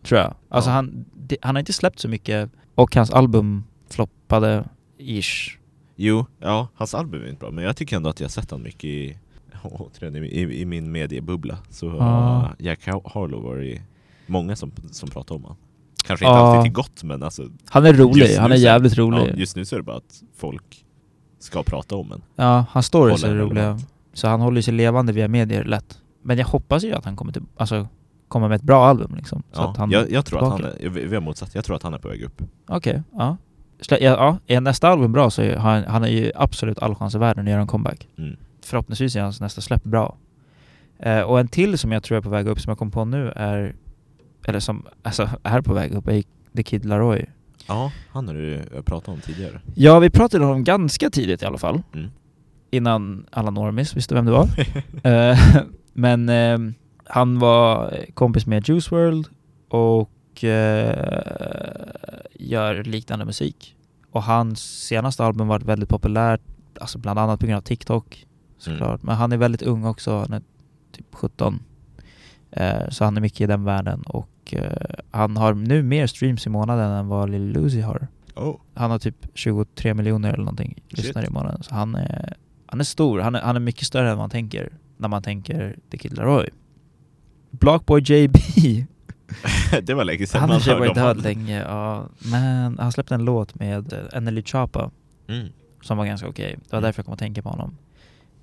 [SPEAKER 2] Tror jag. Alltså
[SPEAKER 1] Ja.
[SPEAKER 2] han, det, han har inte släppt så mycket och hans album floppade ish.
[SPEAKER 1] Jo, ja, hans album är inte bra, men jag tycker ändå att jag har sett han mycket i, återigen, i, i, i min mediebubbla. Så
[SPEAKER 2] Ah.
[SPEAKER 1] har Jack Har- Harlow var det många som, som pratar om han. Kanske inte
[SPEAKER 2] Ah.
[SPEAKER 1] alltid till gott, men alltså...
[SPEAKER 2] Han är rolig,
[SPEAKER 1] just
[SPEAKER 2] han
[SPEAKER 1] nu
[SPEAKER 2] är
[SPEAKER 1] så-
[SPEAKER 2] jävligt
[SPEAKER 1] Ja,
[SPEAKER 2] rolig. Ja,
[SPEAKER 1] just nu så är det bara att folk ska prata om en.
[SPEAKER 2] hans stories
[SPEAKER 1] Håller
[SPEAKER 2] är
[SPEAKER 1] han
[SPEAKER 2] roliga.
[SPEAKER 1] relevant.
[SPEAKER 2] Så han håller sig levande via medier lätt. Men jag hoppas ju att han kommer, till, alltså, komma med ett bra album liksom. Så
[SPEAKER 1] Ja,
[SPEAKER 2] att han...
[SPEAKER 1] jag, jag tror att han
[SPEAKER 2] tillbaka.
[SPEAKER 1] är, vi vi har motsatt, jag tror att han är på väg upp.
[SPEAKER 2] Okej, ja. Slä, ja, ja. Är nästa album bra så är han, han har ju absolut all chans i världen att göra en comeback.
[SPEAKER 1] Mm.
[SPEAKER 2] Förhoppningsvis är hans nästa släpp bra. Eh, och en till som jag tror är på väg upp, som jag kom på nu, är... Eller som alltså, är på väg upp, är The Kid Laroi.
[SPEAKER 1] Ja, han har du ju pratat om tidigare.
[SPEAKER 2] Ja, vi pratade om honom ganska tidigt i alla fall.
[SPEAKER 1] Mm.
[SPEAKER 2] Innan alla normis visste vem det var. Eh, Men eh, han var eh, kompis med Juice World och eh, gör liknande musik. Och hans senaste album varit väldigt populärt, alltså bland annat på grund av TikTok såklart. Men han är väldigt ung också, han är typ 17. Eh, Så han är mycket i den världen och eh, han har nu mer streams i månaden än vad Lil Uzi har.
[SPEAKER 1] Oh.
[SPEAKER 2] Han har typ 23 miljoner eller någonting lyssnare i månaden. Så han är, han är stor. Han är, han är mycket större än man tänker när man tänker The Kid Laroi. Blockboy JB.
[SPEAKER 1] det var länge sedan
[SPEAKER 2] Han
[SPEAKER 1] man
[SPEAKER 2] har ju
[SPEAKER 1] hörde
[SPEAKER 2] varit
[SPEAKER 1] om han.
[SPEAKER 2] död länge. Ja. Men han släppte en låt med eh, Anneli Chapa
[SPEAKER 1] Mm.
[SPEAKER 2] som var ganska okej. Det var
[SPEAKER 1] Mm.
[SPEAKER 2] därför jag kom att tänka på honom.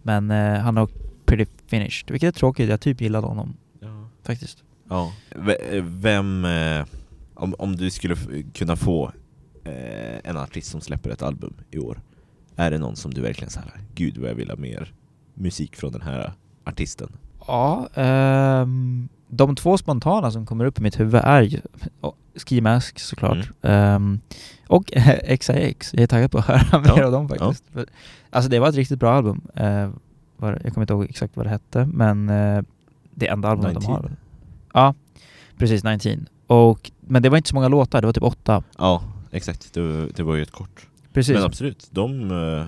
[SPEAKER 2] Men eh, han har pretty finished, vilket är tråkigt. Jag typ gillade honom
[SPEAKER 1] Ja.
[SPEAKER 2] faktiskt.
[SPEAKER 1] Ja. V- eh, Vem, eh, om, om du skulle f- kunna få eh, en artist som släpper ett album i år, är det någon som du verkligen såhär, gud vad jag vill ha mer musik från den här artisten?
[SPEAKER 2] Ja, ehm, de två spontana som kommer upp i mitt huvud är ju och Ski Mask såklart
[SPEAKER 1] Mm.
[SPEAKER 2] Ehm, och XIX. Jag är taggad på att höra mer
[SPEAKER 1] Ja,
[SPEAKER 2] av dem faktiskt. För, alltså det var ett riktigt bra album. Eh, vad- jag kommer inte ihåg exakt vad det hette, men eh, det enda albumet de har.
[SPEAKER 1] 19.
[SPEAKER 2] Ja, precis 19. Och, men det var inte så många låtar, det var typ åtta.
[SPEAKER 1] Ja, exakt. Det, det var ju ett kort.
[SPEAKER 2] Precis.
[SPEAKER 1] Men
[SPEAKER 2] Men,
[SPEAKER 1] absolut, de eh,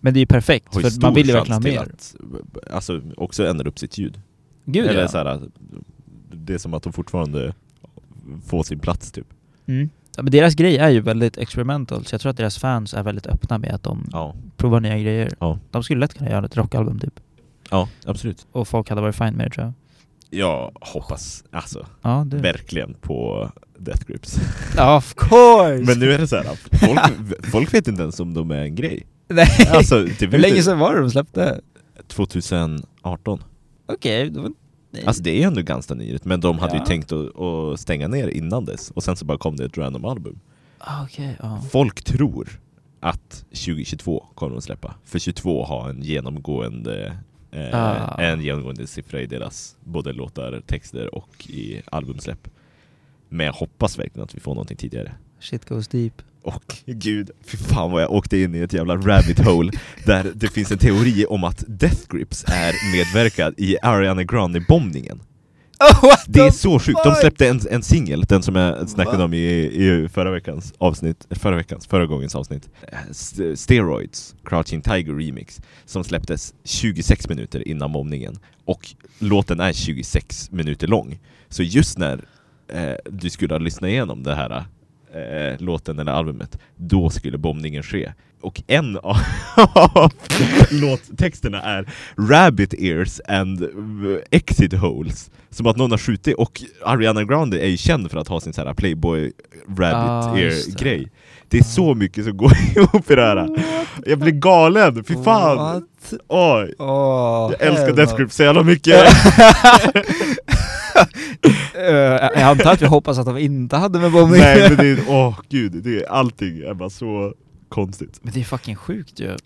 [SPEAKER 2] det är ju perfekt,
[SPEAKER 1] har ju
[SPEAKER 2] för
[SPEAKER 1] stor
[SPEAKER 2] man vill ju
[SPEAKER 1] chans
[SPEAKER 2] verkligen ha
[SPEAKER 1] till
[SPEAKER 2] mer.
[SPEAKER 1] att eh, alltså, också ändra upp sitt ljud.
[SPEAKER 2] Gud
[SPEAKER 1] Eller
[SPEAKER 2] ja.
[SPEAKER 1] så här, det är som att de fortfarande får sin plats typ.
[SPEAKER 2] Mm. ja. Men deras grej är ju väldigt experimental, så jag tror att deras fans är väldigt öppna med att de
[SPEAKER 1] Ja,
[SPEAKER 2] prova nya grejer.
[SPEAKER 1] Ja.
[SPEAKER 2] De skulle lätt kunna göra ett rockalbum typ.
[SPEAKER 1] ja absolut.
[SPEAKER 2] Och folk hade varit fine med det tror jag.
[SPEAKER 1] Jag hoppas alltså
[SPEAKER 2] Ja, du.
[SPEAKER 1] verkligen på Death Grips.
[SPEAKER 2] Of course!
[SPEAKER 1] Men nu är det så här, folk, folk vet inte ens om de är en grej.
[SPEAKER 2] Nej.
[SPEAKER 1] Alltså, typ
[SPEAKER 2] Hur länge sedan var det de släppte?
[SPEAKER 1] 2018.
[SPEAKER 2] Okej, det var- nej.
[SPEAKER 1] Alltså det är ändå ganska nyligt, men de hade
[SPEAKER 2] Ja.
[SPEAKER 1] ju tänkt att, att stänga ner innan dess och sen så bara kom det ett random album.
[SPEAKER 2] Ah, okej, ja.
[SPEAKER 1] Folk tror att 2022 kommer de släppa, för 22 har en genomgående eh,
[SPEAKER 2] Ah.
[SPEAKER 1] en genomgående siffra i deras både låtar, texter och i albumsläpp. Men jag hoppas verkligen att vi får någonting tidigare.
[SPEAKER 2] Shit goes deep.
[SPEAKER 1] Och gud, fy fan vad jag åkte in i ett jävla rabbit hole där det finns en teori om att Death Grips är medverkad i Ariana Grande-bombningen.
[SPEAKER 2] Oh, what
[SPEAKER 1] Det är så sjukt! De
[SPEAKER 2] fuck?
[SPEAKER 1] släppte en, en singel, den som jag snackade om i, i förra veckans avsnitt, eh, förra veckans, förra gångens avsnitt. Eh, St- Steroids, Crouching Tiger Remix, som släpptes 26 minuter innan bombningen. Och låten är 26 minuter lång. Så just när eh, du skulle ha lyssnat igenom det här eh, låten eller albumet, då skulle bombningen ske. Och en av låttexterna är Rabbit ears and eh, exit holes. Som att någon har skjutit, och Ariana Grande är ju känd för att ha sin så här playboy rabbit
[SPEAKER 2] Ah, just det. Ah.
[SPEAKER 1] ear-grej. Det är så mycket som går ihop i det här. Jag blir galen, fy fan!
[SPEAKER 2] What?
[SPEAKER 1] Oj,
[SPEAKER 2] Oh,
[SPEAKER 1] jag älskar Death Grip så jävla mycket!
[SPEAKER 2] Eh, jag antar att vi hoppas att de inte hade med bombning
[SPEAKER 1] Nej men det är, åh gud, det är, allting är bara så konstigt.
[SPEAKER 2] Men det är fucking sjukt ju.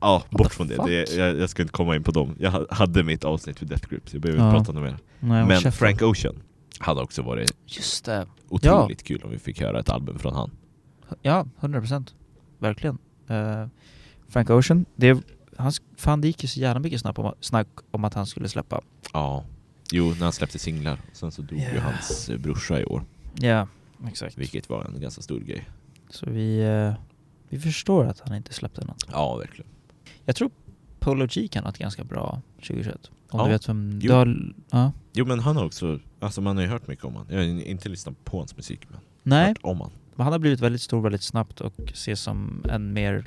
[SPEAKER 1] Ja, bort
[SPEAKER 2] the
[SPEAKER 1] från det.
[SPEAKER 2] fuck?
[SPEAKER 1] det är, jag, jag ska inte komma in på dem. Jag ha- hade mitt avsnitt för Death Grips, jag behöver inte
[SPEAKER 2] Ja.
[SPEAKER 1] prata om det mer.
[SPEAKER 2] Nej, håll
[SPEAKER 1] Men
[SPEAKER 2] käften.
[SPEAKER 1] Frank Ocean hade också varit
[SPEAKER 2] Just det.
[SPEAKER 1] otroligt kul om vi fick höra ett album från han.
[SPEAKER 2] Ja, 100 procent. Verkligen. Eh, Frank Ocean, det, han, sk- fan det gick ju så jävla mycket snack om, snack om att han skulle släppa.
[SPEAKER 1] Ja. Jo, när han släppte singlar. Sen så dog ju
[SPEAKER 2] Yeah.
[SPEAKER 1] hans eh, brorsa i år,
[SPEAKER 2] Ja, exakt.
[SPEAKER 1] vilket var en ganska stor grej.
[SPEAKER 2] Så vi, eh, vi förstår att han inte släppte något.
[SPEAKER 1] Ja, verkligen.
[SPEAKER 2] Jag tror Polo G kan ha ett ganska bra 2021. Om
[SPEAKER 1] Ja.
[SPEAKER 2] du vet vem...
[SPEAKER 1] Jo.
[SPEAKER 2] Du har, ja.
[SPEAKER 1] Jo men han har också, alltså man har ju hört mycket om han. Jag har ju inte lyssnat på hans musik men
[SPEAKER 2] Nej,
[SPEAKER 1] hört om han.
[SPEAKER 2] men han har blivit väldigt stor väldigt snabbt och ses som en mer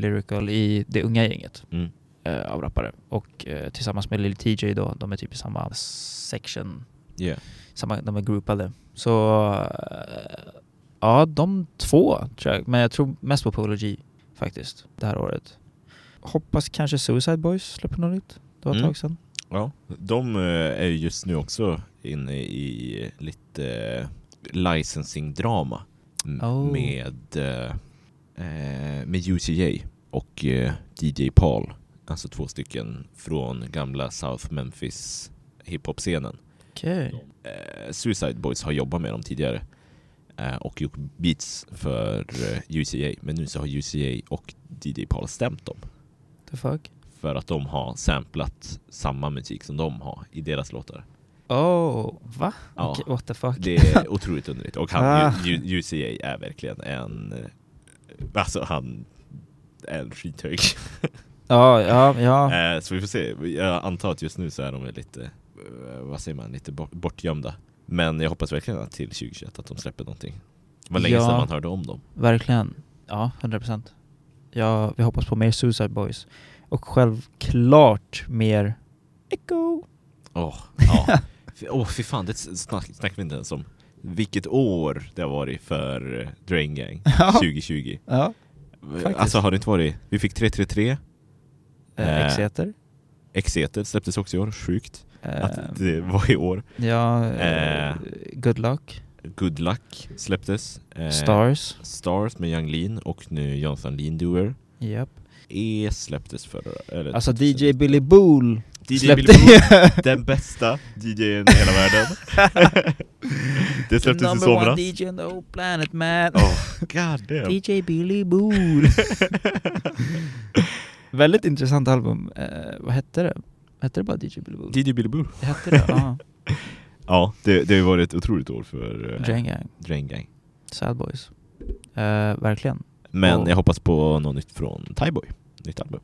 [SPEAKER 2] lyrical i det unga gänget
[SPEAKER 1] Mm.
[SPEAKER 2] eh, av rappare. Och eh, tillsammans med Lil TJ då, de är typ i samma section,
[SPEAKER 1] Yeah.
[SPEAKER 2] samma, de är groupade. Så eh, ja, de två tror jag. Men jag tror mest på Polo G faktiskt, det här året. Hoppas kanske Suicide Boys släpper något nytt. Det var ett
[SPEAKER 1] Mm.
[SPEAKER 2] tag sedan.
[SPEAKER 1] Ja, de eh, är ju just nu också inne i lite eh, licensing-drama m-
[SPEAKER 2] Oh.
[SPEAKER 1] med, eh, eh, med UCJ och eh, DJ Paul. Alltså två stycken från gamla South Memphis hiphop-scenen.
[SPEAKER 2] Okej.
[SPEAKER 1] Eh, Suicide Boys har jobbat med dem tidigare eh, och gjort beats för eh, UCJ. Men nu så har UCJ och DJ Paul stämt dem
[SPEAKER 2] The fuck?
[SPEAKER 1] för att de har samplat samma musik som de har i deras låtar.
[SPEAKER 2] Oh, va?
[SPEAKER 1] Ja.
[SPEAKER 2] Okej, what the fuck?
[SPEAKER 1] Det är otroligt underligt. Och han,
[SPEAKER 2] Ah.
[SPEAKER 1] U- U- UCA är verkligen en... eh, Alltså han är en skithög.
[SPEAKER 2] Ja, ja, ja.
[SPEAKER 1] Eh, Så vi får se. Jag antar att just nu så är de väl lite, eh, vad säger man, lite bort- bortgömda. Men jag hoppas verkligen att till 2021 att de släpper någonting. Det var länge
[SPEAKER 2] Ja.
[SPEAKER 1] sedan man hörde om dem.
[SPEAKER 2] Verkligen. Ja, 100 procent. Ja, vi hoppas på mer Suicide Boys. Och självklart mer Echo.
[SPEAKER 1] Åh, ja. Fy- Åh, fy fan, det s- snack, snackar vi inte ens om. Vilket år det har varit för eh, Drain Gang
[SPEAKER 2] Ja.
[SPEAKER 1] 2020.
[SPEAKER 2] Ja. Faktiskt.
[SPEAKER 1] Alltså har det inte varit, vi fick 333, Eh,
[SPEAKER 2] Eh, Exeter.
[SPEAKER 1] Exeter släpptes också i år, sjukt.
[SPEAKER 2] Eh,
[SPEAKER 1] att det var i år.
[SPEAKER 2] ja, eh,
[SPEAKER 1] eh,
[SPEAKER 2] Good Luck.
[SPEAKER 1] Good Luck släpptes. Eh,
[SPEAKER 2] Stars.
[SPEAKER 1] Stars med Young Lean och nu Jonathan Lean Doer.
[SPEAKER 2] Japp.
[SPEAKER 1] E släpptes förra... Eller,
[SPEAKER 2] Alltså DJ Billy Bool
[SPEAKER 1] DJ
[SPEAKER 2] släppte
[SPEAKER 1] Billy Boone, den bästa DJn i hela världen. det
[SPEAKER 2] The
[SPEAKER 1] släpptes i
[SPEAKER 2] number one
[SPEAKER 1] somras.
[SPEAKER 2] DJ on the whole planet man.
[SPEAKER 1] Oh, god damn.
[SPEAKER 2] DJ Billy Bool. Väldigt intressant album. Eh, vad hette det? Hette det bara DJ Billy Bool?
[SPEAKER 1] DJ Billy Boone.
[SPEAKER 2] Det hette det, ja.
[SPEAKER 1] Ja, det, det har ju varit ett otroligt år för eh,
[SPEAKER 2] Drain Gang.
[SPEAKER 1] Drain Gang.
[SPEAKER 2] Sad Boys. Eh, verkligen.
[SPEAKER 1] Men
[SPEAKER 2] Och-
[SPEAKER 1] jag hoppas på något nytt från Tyboy. Nytt album.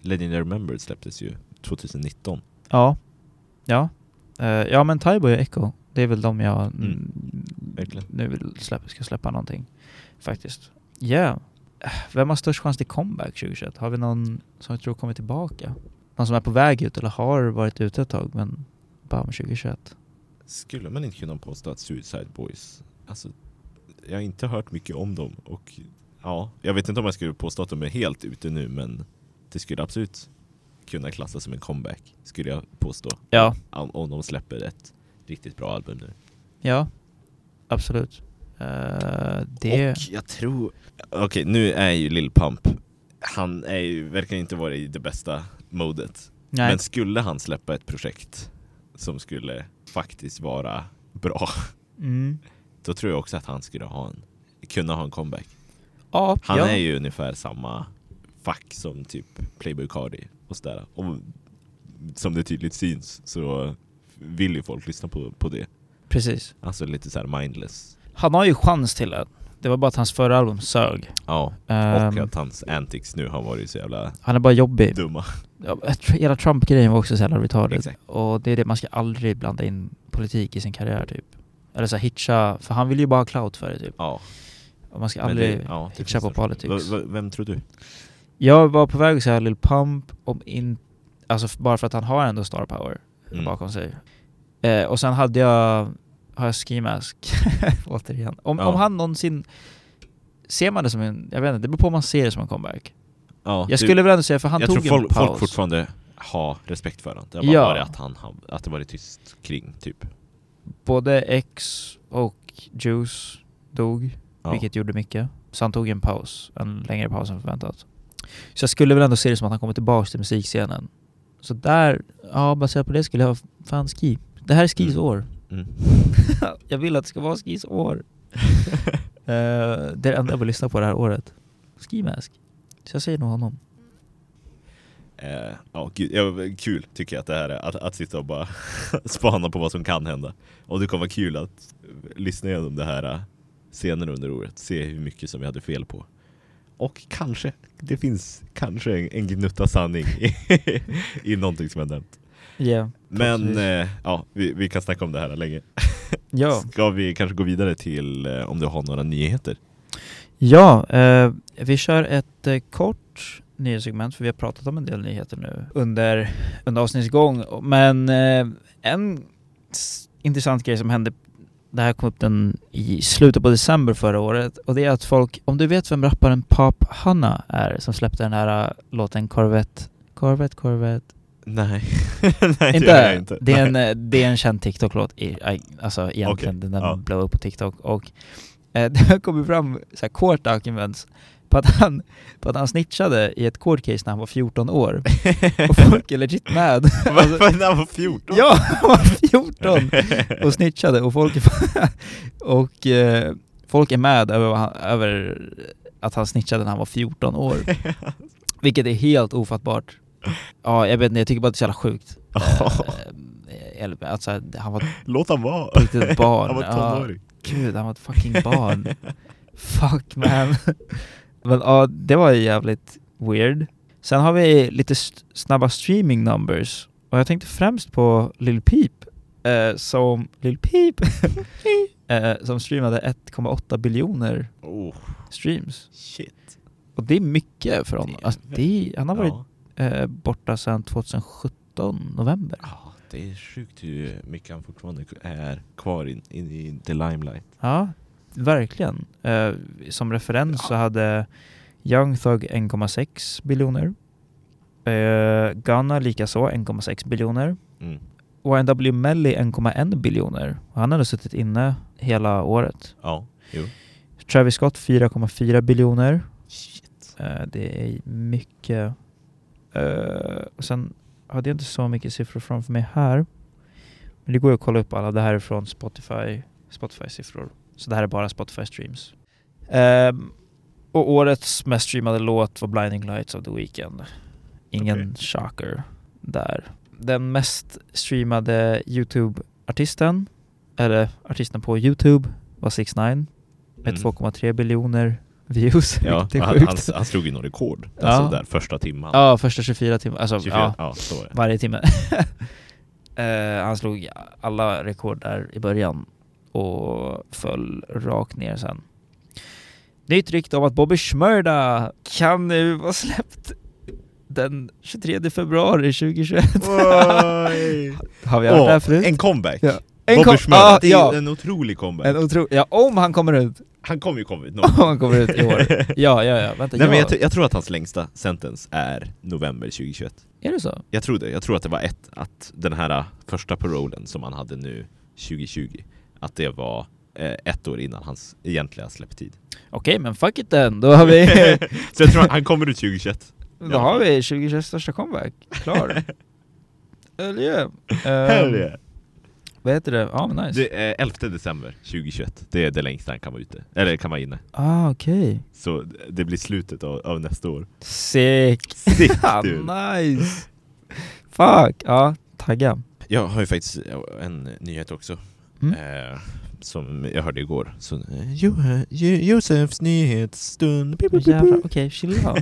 [SPEAKER 1] Legendary Remembered släpptes ju 2019.
[SPEAKER 2] Ja. Ja. Eh, ja men Tyboy och Echo, det är väl de jag mm,
[SPEAKER 1] Mm, verkligen.
[SPEAKER 2] nu vill släppa, ska släppa någonting. Faktiskt. Yeah. Eh, Vem har störst chans till comeback 2021? Har vi någon som vi tror kommer tillbaka? Någon som är på väg ut eller har varit ute ett tag men bara om 2021?
[SPEAKER 1] Skulle man inte kunna påstå att Suicide Boys, alltså jag har inte hört mycket om dem och ja, jag vet inte om jag skulle påstå att de är helt ute nu men det skulle absolut kunna klassas som en comeback skulle jag påstå.
[SPEAKER 2] Ja.
[SPEAKER 1] Om, om de släpper ett riktigt bra album nu.
[SPEAKER 2] Ja. Absolut. Eh, det...
[SPEAKER 1] Och jag tror, okej nu är ju Lil Pump, han är ju, verkar inte vara i det bästa modet.
[SPEAKER 2] nej.
[SPEAKER 1] Men skulle han släppa ett projekt som skulle faktiskt vara bra,
[SPEAKER 2] Mm.
[SPEAKER 1] då tror jag också att han skulle ha en, kunna ha en comeback.
[SPEAKER 2] Ja,
[SPEAKER 1] Han
[SPEAKER 2] ja.
[SPEAKER 1] är ju ungefär samma fack som typ Playboy Cardi och sådär. Och som det tydligt syns så vill ju folk lyssna på, på det.
[SPEAKER 2] Precis.
[SPEAKER 1] Alltså lite såhär mindless.
[SPEAKER 2] Han har ju chans till det. Det var bara att hans förra album sög.
[SPEAKER 1] Ja, och
[SPEAKER 2] Ehm,
[SPEAKER 1] att hans antics nu har varit så jävla
[SPEAKER 2] han är bara jobbig.
[SPEAKER 1] dumma.
[SPEAKER 2] Ja, tr- Hela Trump-grejen var också så jävla retarded.
[SPEAKER 1] Exakt.
[SPEAKER 2] Och det är det, man ska aldrig blanda in politik i sin karriär typ. Eller så här, hitcha, för han vill ju bara ha clout för det typ.
[SPEAKER 1] Ja,
[SPEAKER 2] Och man ska
[SPEAKER 1] men
[SPEAKER 2] aldrig
[SPEAKER 1] ja, typ det
[SPEAKER 2] hitcha
[SPEAKER 1] finns
[SPEAKER 2] på
[SPEAKER 1] det.
[SPEAKER 2] politics.
[SPEAKER 1] V- v- vem tror du?
[SPEAKER 2] Jag var på väg att säga Lil Pump, om in, alltså f- bara för att han har ändå star power
[SPEAKER 1] Mm.
[SPEAKER 2] bakom sig. Eh, och sen hade jag, har jag Ski Mask återigen. Om,
[SPEAKER 1] Ja.
[SPEAKER 2] om han någonsin, ser man det som en, jag vet inte, det beror på om man ser det som en comeback.
[SPEAKER 1] Ja,
[SPEAKER 2] Jag
[SPEAKER 1] du-
[SPEAKER 2] skulle väl ändå säga, för han
[SPEAKER 1] jag
[SPEAKER 2] tog
[SPEAKER 1] tror folk,
[SPEAKER 2] en paus.
[SPEAKER 1] folk fortfarande har respekt för honom. Det har bara
[SPEAKER 2] Ja.
[SPEAKER 1] varit att, han, har- att det varit tyst kring, typ.
[SPEAKER 2] Både X och Juice dog.
[SPEAKER 1] Ja.
[SPEAKER 2] Vilket gjorde mycket. Så han tog en paus, en längre paus än förväntat. Så jag skulle väl ändå se det som att han kommer tillbaka till musikscenen. Så där, ja baserat på det skulle jag ha fan Ski. Det här är Skis
[SPEAKER 1] Mm.
[SPEAKER 2] år.
[SPEAKER 1] Mm.
[SPEAKER 2] jag vill att det ska vara Skis år. Eh, det är det enda jag vill lyssna på det här året. Ski Mask. Så jag säger nog honom.
[SPEAKER 1] Eh, ja, gud, ja, kul tycker jag att det här är, att, att sitta och bara spana på vad som kan hända. Och det kommer vara kul att lyssna igenom det här eh, senare under året, se hur mycket som vi hade fel på. Och kanske, det finns kanske en, en gnutta sanning i, i någonting som jag nämnt.
[SPEAKER 2] Yeah.
[SPEAKER 1] Men
[SPEAKER 2] Precis.
[SPEAKER 1] eh, ja, vi, vi kan snacka om det här länge.
[SPEAKER 2] Ja.
[SPEAKER 1] Ska vi kanske gå vidare till eh, om du har några nyheter?
[SPEAKER 2] Ja, eh, vi kör ett eh, kort nyhetssegment för vi har pratat om en del nyheter nu under, under avsnittets gång. Men eh, en s- intressant grej som hände, det här kom upp den i slutet på december förra året och det är att folk, om du vet vem rapparen Pop Hanna är som släppte den här eh, låten Corvette, Corvette, Corvette,
[SPEAKER 1] Nej, Nej det
[SPEAKER 2] inte,
[SPEAKER 1] gör jag inte.
[SPEAKER 2] Det, är en,
[SPEAKER 1] Nej.
[SPEAKER 2] eh, det är en känd TikTok-låt, i- i- alltså egentligen,
[SPEAKER 1] Okej,
[SPEAKER 2] den där
[SPEAKER 1] ja.
[SPEAKER 2] blow upp på TikTok och eh, det har kommit fram så här court documents på att, han, på att han snitchade i ett court case när han var 14 år. Och folk är legit mad. Alltså,
[SPEAKER 1] Varför när han var 14?
[SPEAKER 2] ja, han var 14 och snitchade och folk är, och, eh, folk är mad över, vad han, över att han snitchade när han var 14 år. Vilket är helt ofattbart. Ja, jag vet inte, jag tycker bara att det är så jävla sjukt. Eh, eller, att så här, han var
[SPEAKER 1] Låt han vara.
[SPEAKER 2] ett litet barn.
[SPEAKER 1] Han var tonåring.
[SPEAKER 2] Ja, gud, han var ett fucking barn. Fuck man. Men ja, det var ju jävligt weird. Sen har vi lite st- snabba streaming numbers. Och jag tänkte främst på Lil Peep. Eh, som Lil Peep. eh, som streamade 1,8 biljoner
[SPEAKER 1] Oh,
[SPEAKER 2] streams.
[SPEAKER 1] shit.
[SPEAKER 2] Och det är mycket för honom.
[SPEAKER 1] Det är
[SPEAKER 2] Alltså, det är, han har varit
[SPEAKER 1] Ja.
[SPEAKER 2] eh, borta sedan 2017, november.
[SPEAKER 1] Ja, det är sjukt hur mycket han fortfarande är kvar in, in i the limelight.
[SPEAKER 2] Ja, verkligen. Eh, som referens så hade Young Thug 1,6 biljoner. Eh, Ghana likaså 1,6 biljoner.
[SPEAKER 1] Mm.
[SPEAKER 2] Och NW Melly 1,1 biljoner. Och Han hade suttit inne hela året.
[SPEAKER 1] Ja, jo.
[SPEAKER 2] Travis Scott 4,4 biljoner.
[SPEAKER 1] Shit.
[SPEAKER 2] Eh, det är mycket. Eh, och sen hade jag inte så mycket siffror framför mig här. Men det går ju att kolla upp alla. Det här är från Spotify, Spotify-siffror. Så det här är bara Spotify-streams. Ehm, och årets mest streamade låt var Blinding Lights of the Weeknd. Ingen
[SPEAKER 1] Okej.
[SPEAKER 2] shocker där. Den mest streamade YouTube-artisten, eller artisten på YouTube, var 6 9 med
[SPEAKER 1] Mm.
[SPEAKER 2] 2,3 biljoner views.
[SPEAKER 1] Ja,
[SPEAKER 2] vilket är
[SPEAKER 1] han,
[SPEAKER 2] sjukt.
[SPEAKER 1] han, han slog ju några rekord.
[SPEAKER 2] Ja.
[SPEAKER 1] Alltså där första timman.
[SPEAKER 2] Ja, första 24 timmar. Alltså,
[SPEAKER 1] 24.
[SPEAKER 2] Ja,
[SPEAKER 1] Ja. så är det.
[SPEAKER 2] varje timme. Eh, han slog alla rekord där i början och föll rakt ner sen. Nytt rykte om att Bobby Schmörda kan nu vara släppt den 23 februari 2021.
[SPEAKER 1] Oj.
[SPEAKER 2] Har vi hört det här förut?
[SPEAKER 1] en comeback!
[SPEAKER 2] Ja.
[SPEAKER 1] Bobby
[SPEAKER 2] kom-
[SPEAKER 1] Schmörda,
[SPEAKER 2] ah,
[SPEAKER 1] det är
[SPEAKER 2] ja.
[SPEAKER 1] en otrolig comeback.
[SPEAKER 2] En otro- ja, om han kommer ut.
[SPEAKER 1] han kommer ju komma ut någon
[SPEAKER 2] Om han kommer ut i år. Ja, ja, ja. Vänta,
[SPEAKER 1] Nej,
[SPEAKER 2] ja.
[SPEAKER 1] men jag, tr- jag tror att hans längsta sentence är november 2021.
[SPEAKER 2] Är det så?
[SPEAKER 1] Jag tror det. Jag tror att det var ett, att den här äh, första parolen som han hade nu 2020, att det var eh, ett år innan hans egentliga släpptid.
[SPEAKER 2] Okej, men fuck it then. Då har vi,
[SPEAKER 1] Så jag tror att han kommer ut 2021.
[SPEAKER 2] då har vi 2021 största comeback. Klar. Hell yeah. Ehm,
[SPEAKER 1] Hell yeah.
[SPEAKER 2] Vad heter det? Ja, men nice.
[SPEAKER 1] Det är 11 december 2021, det är det längsta han kan vara ute, eller kan vara inne.
[SPEAKER 2] Ah, okej.
[SPEAKER 1] Så det blir slutet av, av nästa år.
[SPEAKER 2] Sick.
[SPEAKER 1] Sick
[SPEAKER 2] Ah,
[SPEAKER 1] dude!
[SPEAKER 2] nice. Fuck. Ja, tagga.
[SPEAKER 1] Jag har ju faktiskt en nyhet också.
[SPEAKER 2] Mm.
[SPEAKER 1] Eh, som jag hörde igår. Så, eh, Jo- Jo- Josefs nyhetsstund. Pip, pip, pip,
[SPEAKER 2] Jävlar,
[SPEAKER 1] pip.
[SPEAKER 2] okej, chilla.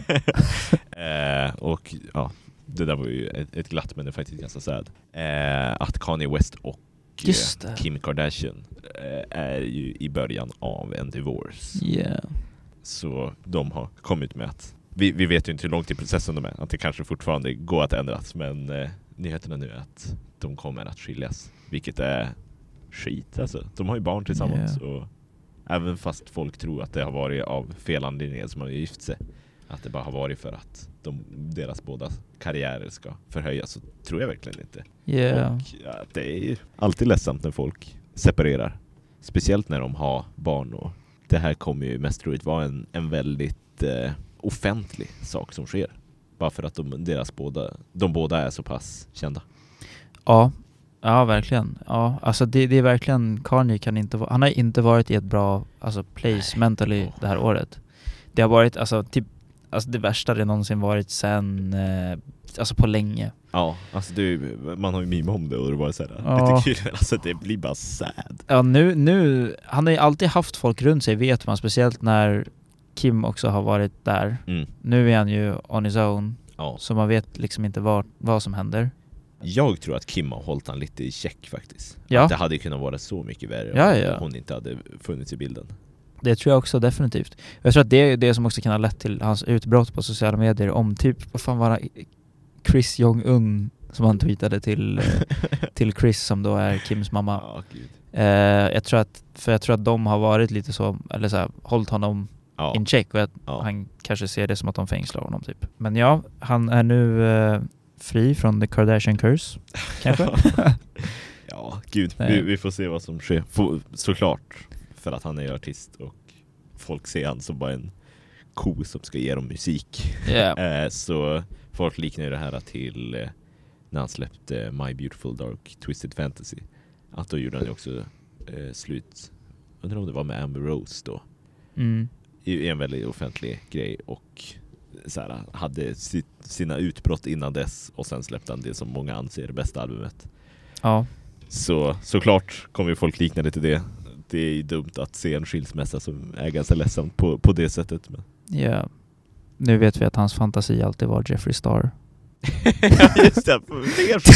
[SPEAKER 1] Eh, och ja, det där var ju ett, ett glatt men det är faktiskt ganska sad. Eh, att Kanye West och eh,
[SPEAKER 2] Just det.
[SPEAKER 1] Kim Kardashian eh, är ju i början av en divorce.
[SPEAKER 2] Yeah.
[SPEAKER 1] Så de har kommit med att vi, vi vet ju inte hur långt i processen de är, att det kanske fortfarande går att ändras men eh, nyheterna nu är att de kommer att skiljas. Vilket är skit alltså. De har ju barn tillsammans och även fast folk tror att det har varit av fel anledningar som har gift sig, att det bara har varit för att de, deras båda karriärer ska förhöjas, så tror jag verkligen inte.
[SPEAKER 2] Yeah.
[SPEAKER 1] Och, ja, det är ju alltid ledsamt när folk separerar. Speciellt när de har barn. Och det här kommer ju mest troligt vara en, en väldigt eh, offentlig sak som sker. Bara för att de, deras båda, de båda är så pass kända.
[SPEAKER 2] Ja. Ja, verkligen. Ja, alltså det, det är verkligen, Kanye kan inte va- han har inte varit i ett bra alltså, place mentally det här året. Det har varit, alltså typ, alltså det värsta det någonsin varit sen, eh, alltså på länge.
[SPEAKER 1] Ja, alltså du, man har ju mimat om det och det var såhär,
[SPEAKER 2] Ja.
[SPEAKER 1] lite kul men alltså det blir bara sad.
[SPEAKER 2] Ja, nu, nu, han har ju alltid haft folk runt sig vet man, speciellt när Kim också har varit där.
[SPEAKER 1] Mm.
[SPEAKER 2] Nu är han ju on his own,
[SPEAKER 1] Ja.
[SPEAKER 2] så man vet liksom inte vad, vad som händer.
[SPEAKER 1] Jag tror att Kim har hållit han lite i check faktiskt.
[SPEAKER 2] Ja.
[SPEAKER 1] Att det hade kunnat vara så mycket värre
[SPEAKER 2] Ja, ja.
[SPEAKER 1] om hon inte hade funnits i bilden.
[SPEAKER 2] Det tror jag också definitivt. Jag tror att det är det som också kan ha lett till hans utbrott på sociala medier om typ, vad fan var det, Chris Jong-Un som han tweetade till, eh, till Chris som då är Kims mamma.
[SPEAKER 1] Ja, gud.
[SPEAKER 2] Eh, jag tror att, för jag tror att de har varit lite så, eller så här, hållit honom
[SPEAKER 1] Ja.
[SPEAKER 2] in check och att
[SPEAKER 1] Ja.
[SPEAKER 2] han kanske ser det som att de fängslar honom typ. Men ja, han är nu eh, fri från the Kardashian curse, kanske?
[SPEAKER 1] Ja, gud.
[SPEAKER 2] Nej.
[SPEAKER 1] Vi, vi får se vad som sker. Få- såklart. För att han är artist och folk ser han som bara en ko som ska ge dem musik.
[SPEAKER 2] Ja.
[SPEAKER 1] Eh, så folk liknar ju det här till eh, när han släppte My Beautiful Dark Twisted Fantasy. Att då gjorde han ju också eh, slut, undrar om det var med Amber Rose då.
[SPEAKER 2] Mm.
[SPEAKER 1] Det är ju en väldigt offentlig grej och så här, hade sitt, sina utbrott innan dess och sen släppte han det som många anser det bästa albumet.
[SPEAKER 2] Ja.
[SPEAKER 1] Så såklart kommer ju folk likna det till det. Det är ju dumt att se en skilsmässa som är ganska ledsam på, på det sättet. Men...
[SPEAKER 2] ja. Nu vet vi att hans fantasi alltid var Jeffrey Star.
[SPEAKER 1] ja just det, fler också.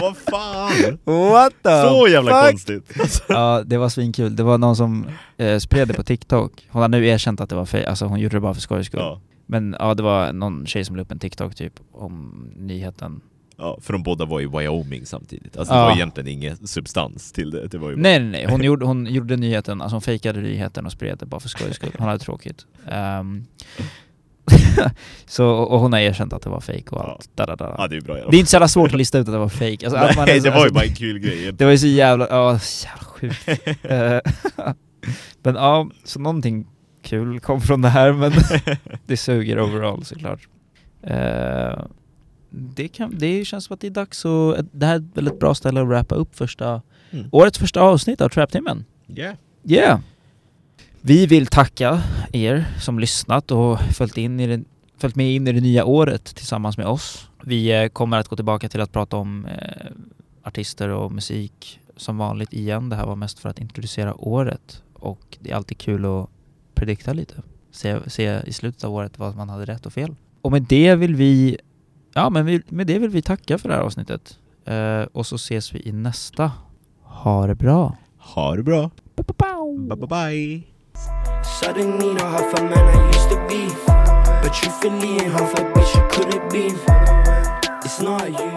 [SPEAKER 1] Vad fan!
[SPEAKER 2] What
[SPEAKER 1] Så jävla konstigt!
[SPEAKER 2] Ja, det var svinkul. Det var någon som eh, spred det på TikTok. Hon har nu erkänt att det var fej, alltså hon gjorde det bara för skojs skull.
[SPEAKER 1] Ja,
[SPEAKER 2] Men ja, det var någon tjej som la upp en TikTok typ om nyheten.
[SPEAKER 1] ja, för de båda var i Wyoming samtidigt. Alltså det
[SPEAKER 2] Ja.
[SPEAKER 1] var egentligen ingen substans till det. det var ju
[SPEAKER 2] Nej nej nej, hon gjorde, hon gjorde nyheten, alltså hon fejkade nyheten och spred det bara för skojs skull. Hon hade tråkigt. Ehm, så, och hon har erkänt att det var fake och allt. Da, da, da.
[SPEAKER 1] Ja, det är ju bra i alla
[SPEAKER 2] Det är
[SPEAKER 1] fall.
[SPEAKER 2] inte så jävla svårt att lista ut att det var fake. Alltså, att man-
[SPEAKER 1] Nej, det var ju
[SPEAKER 2] alltså,
[SPEAKER 1] bara en kul grej.
[SPEAKER 2] Det var ju så jävla, ja så jävla sjukt. Eh, men ja, så någonting kul kom från det här men det suger overall såklart. Eh, det, kan, det känns som att det är dags att, det här är ett väldigt bra ställe att wrappa upp första,
[SPEAKER 1] Mm.
[SPEAKER 2] årets första avsnitt av Trap-timmen.
[SPEAKER 1] Yeah.
[SPEAKER 2] Yeah. Vi vill tacka er som lyssnat och följt, in i det, följt med in i det nya året tillsammans med oss. Vi eh, kommer att gå tillbaka till att prata om eh, artister och musik som vanligt igen. Det här var mest för att introducera året och det är alltid kul att predikta lite. Se, se i slutet av året vad man hade rätt och fel. Och med det vill vi, ja, men vi, med det vill vi tacka för det här avsnittet. Eh, och så ses vi i nästa. Ha det bra!
[SPEAKER 1] Ha det bra! Bye bye bye!
[SPEAKER 4] Suddenly not half a man I used to be But truthfully ain't half a bitch you couldn't be It's not you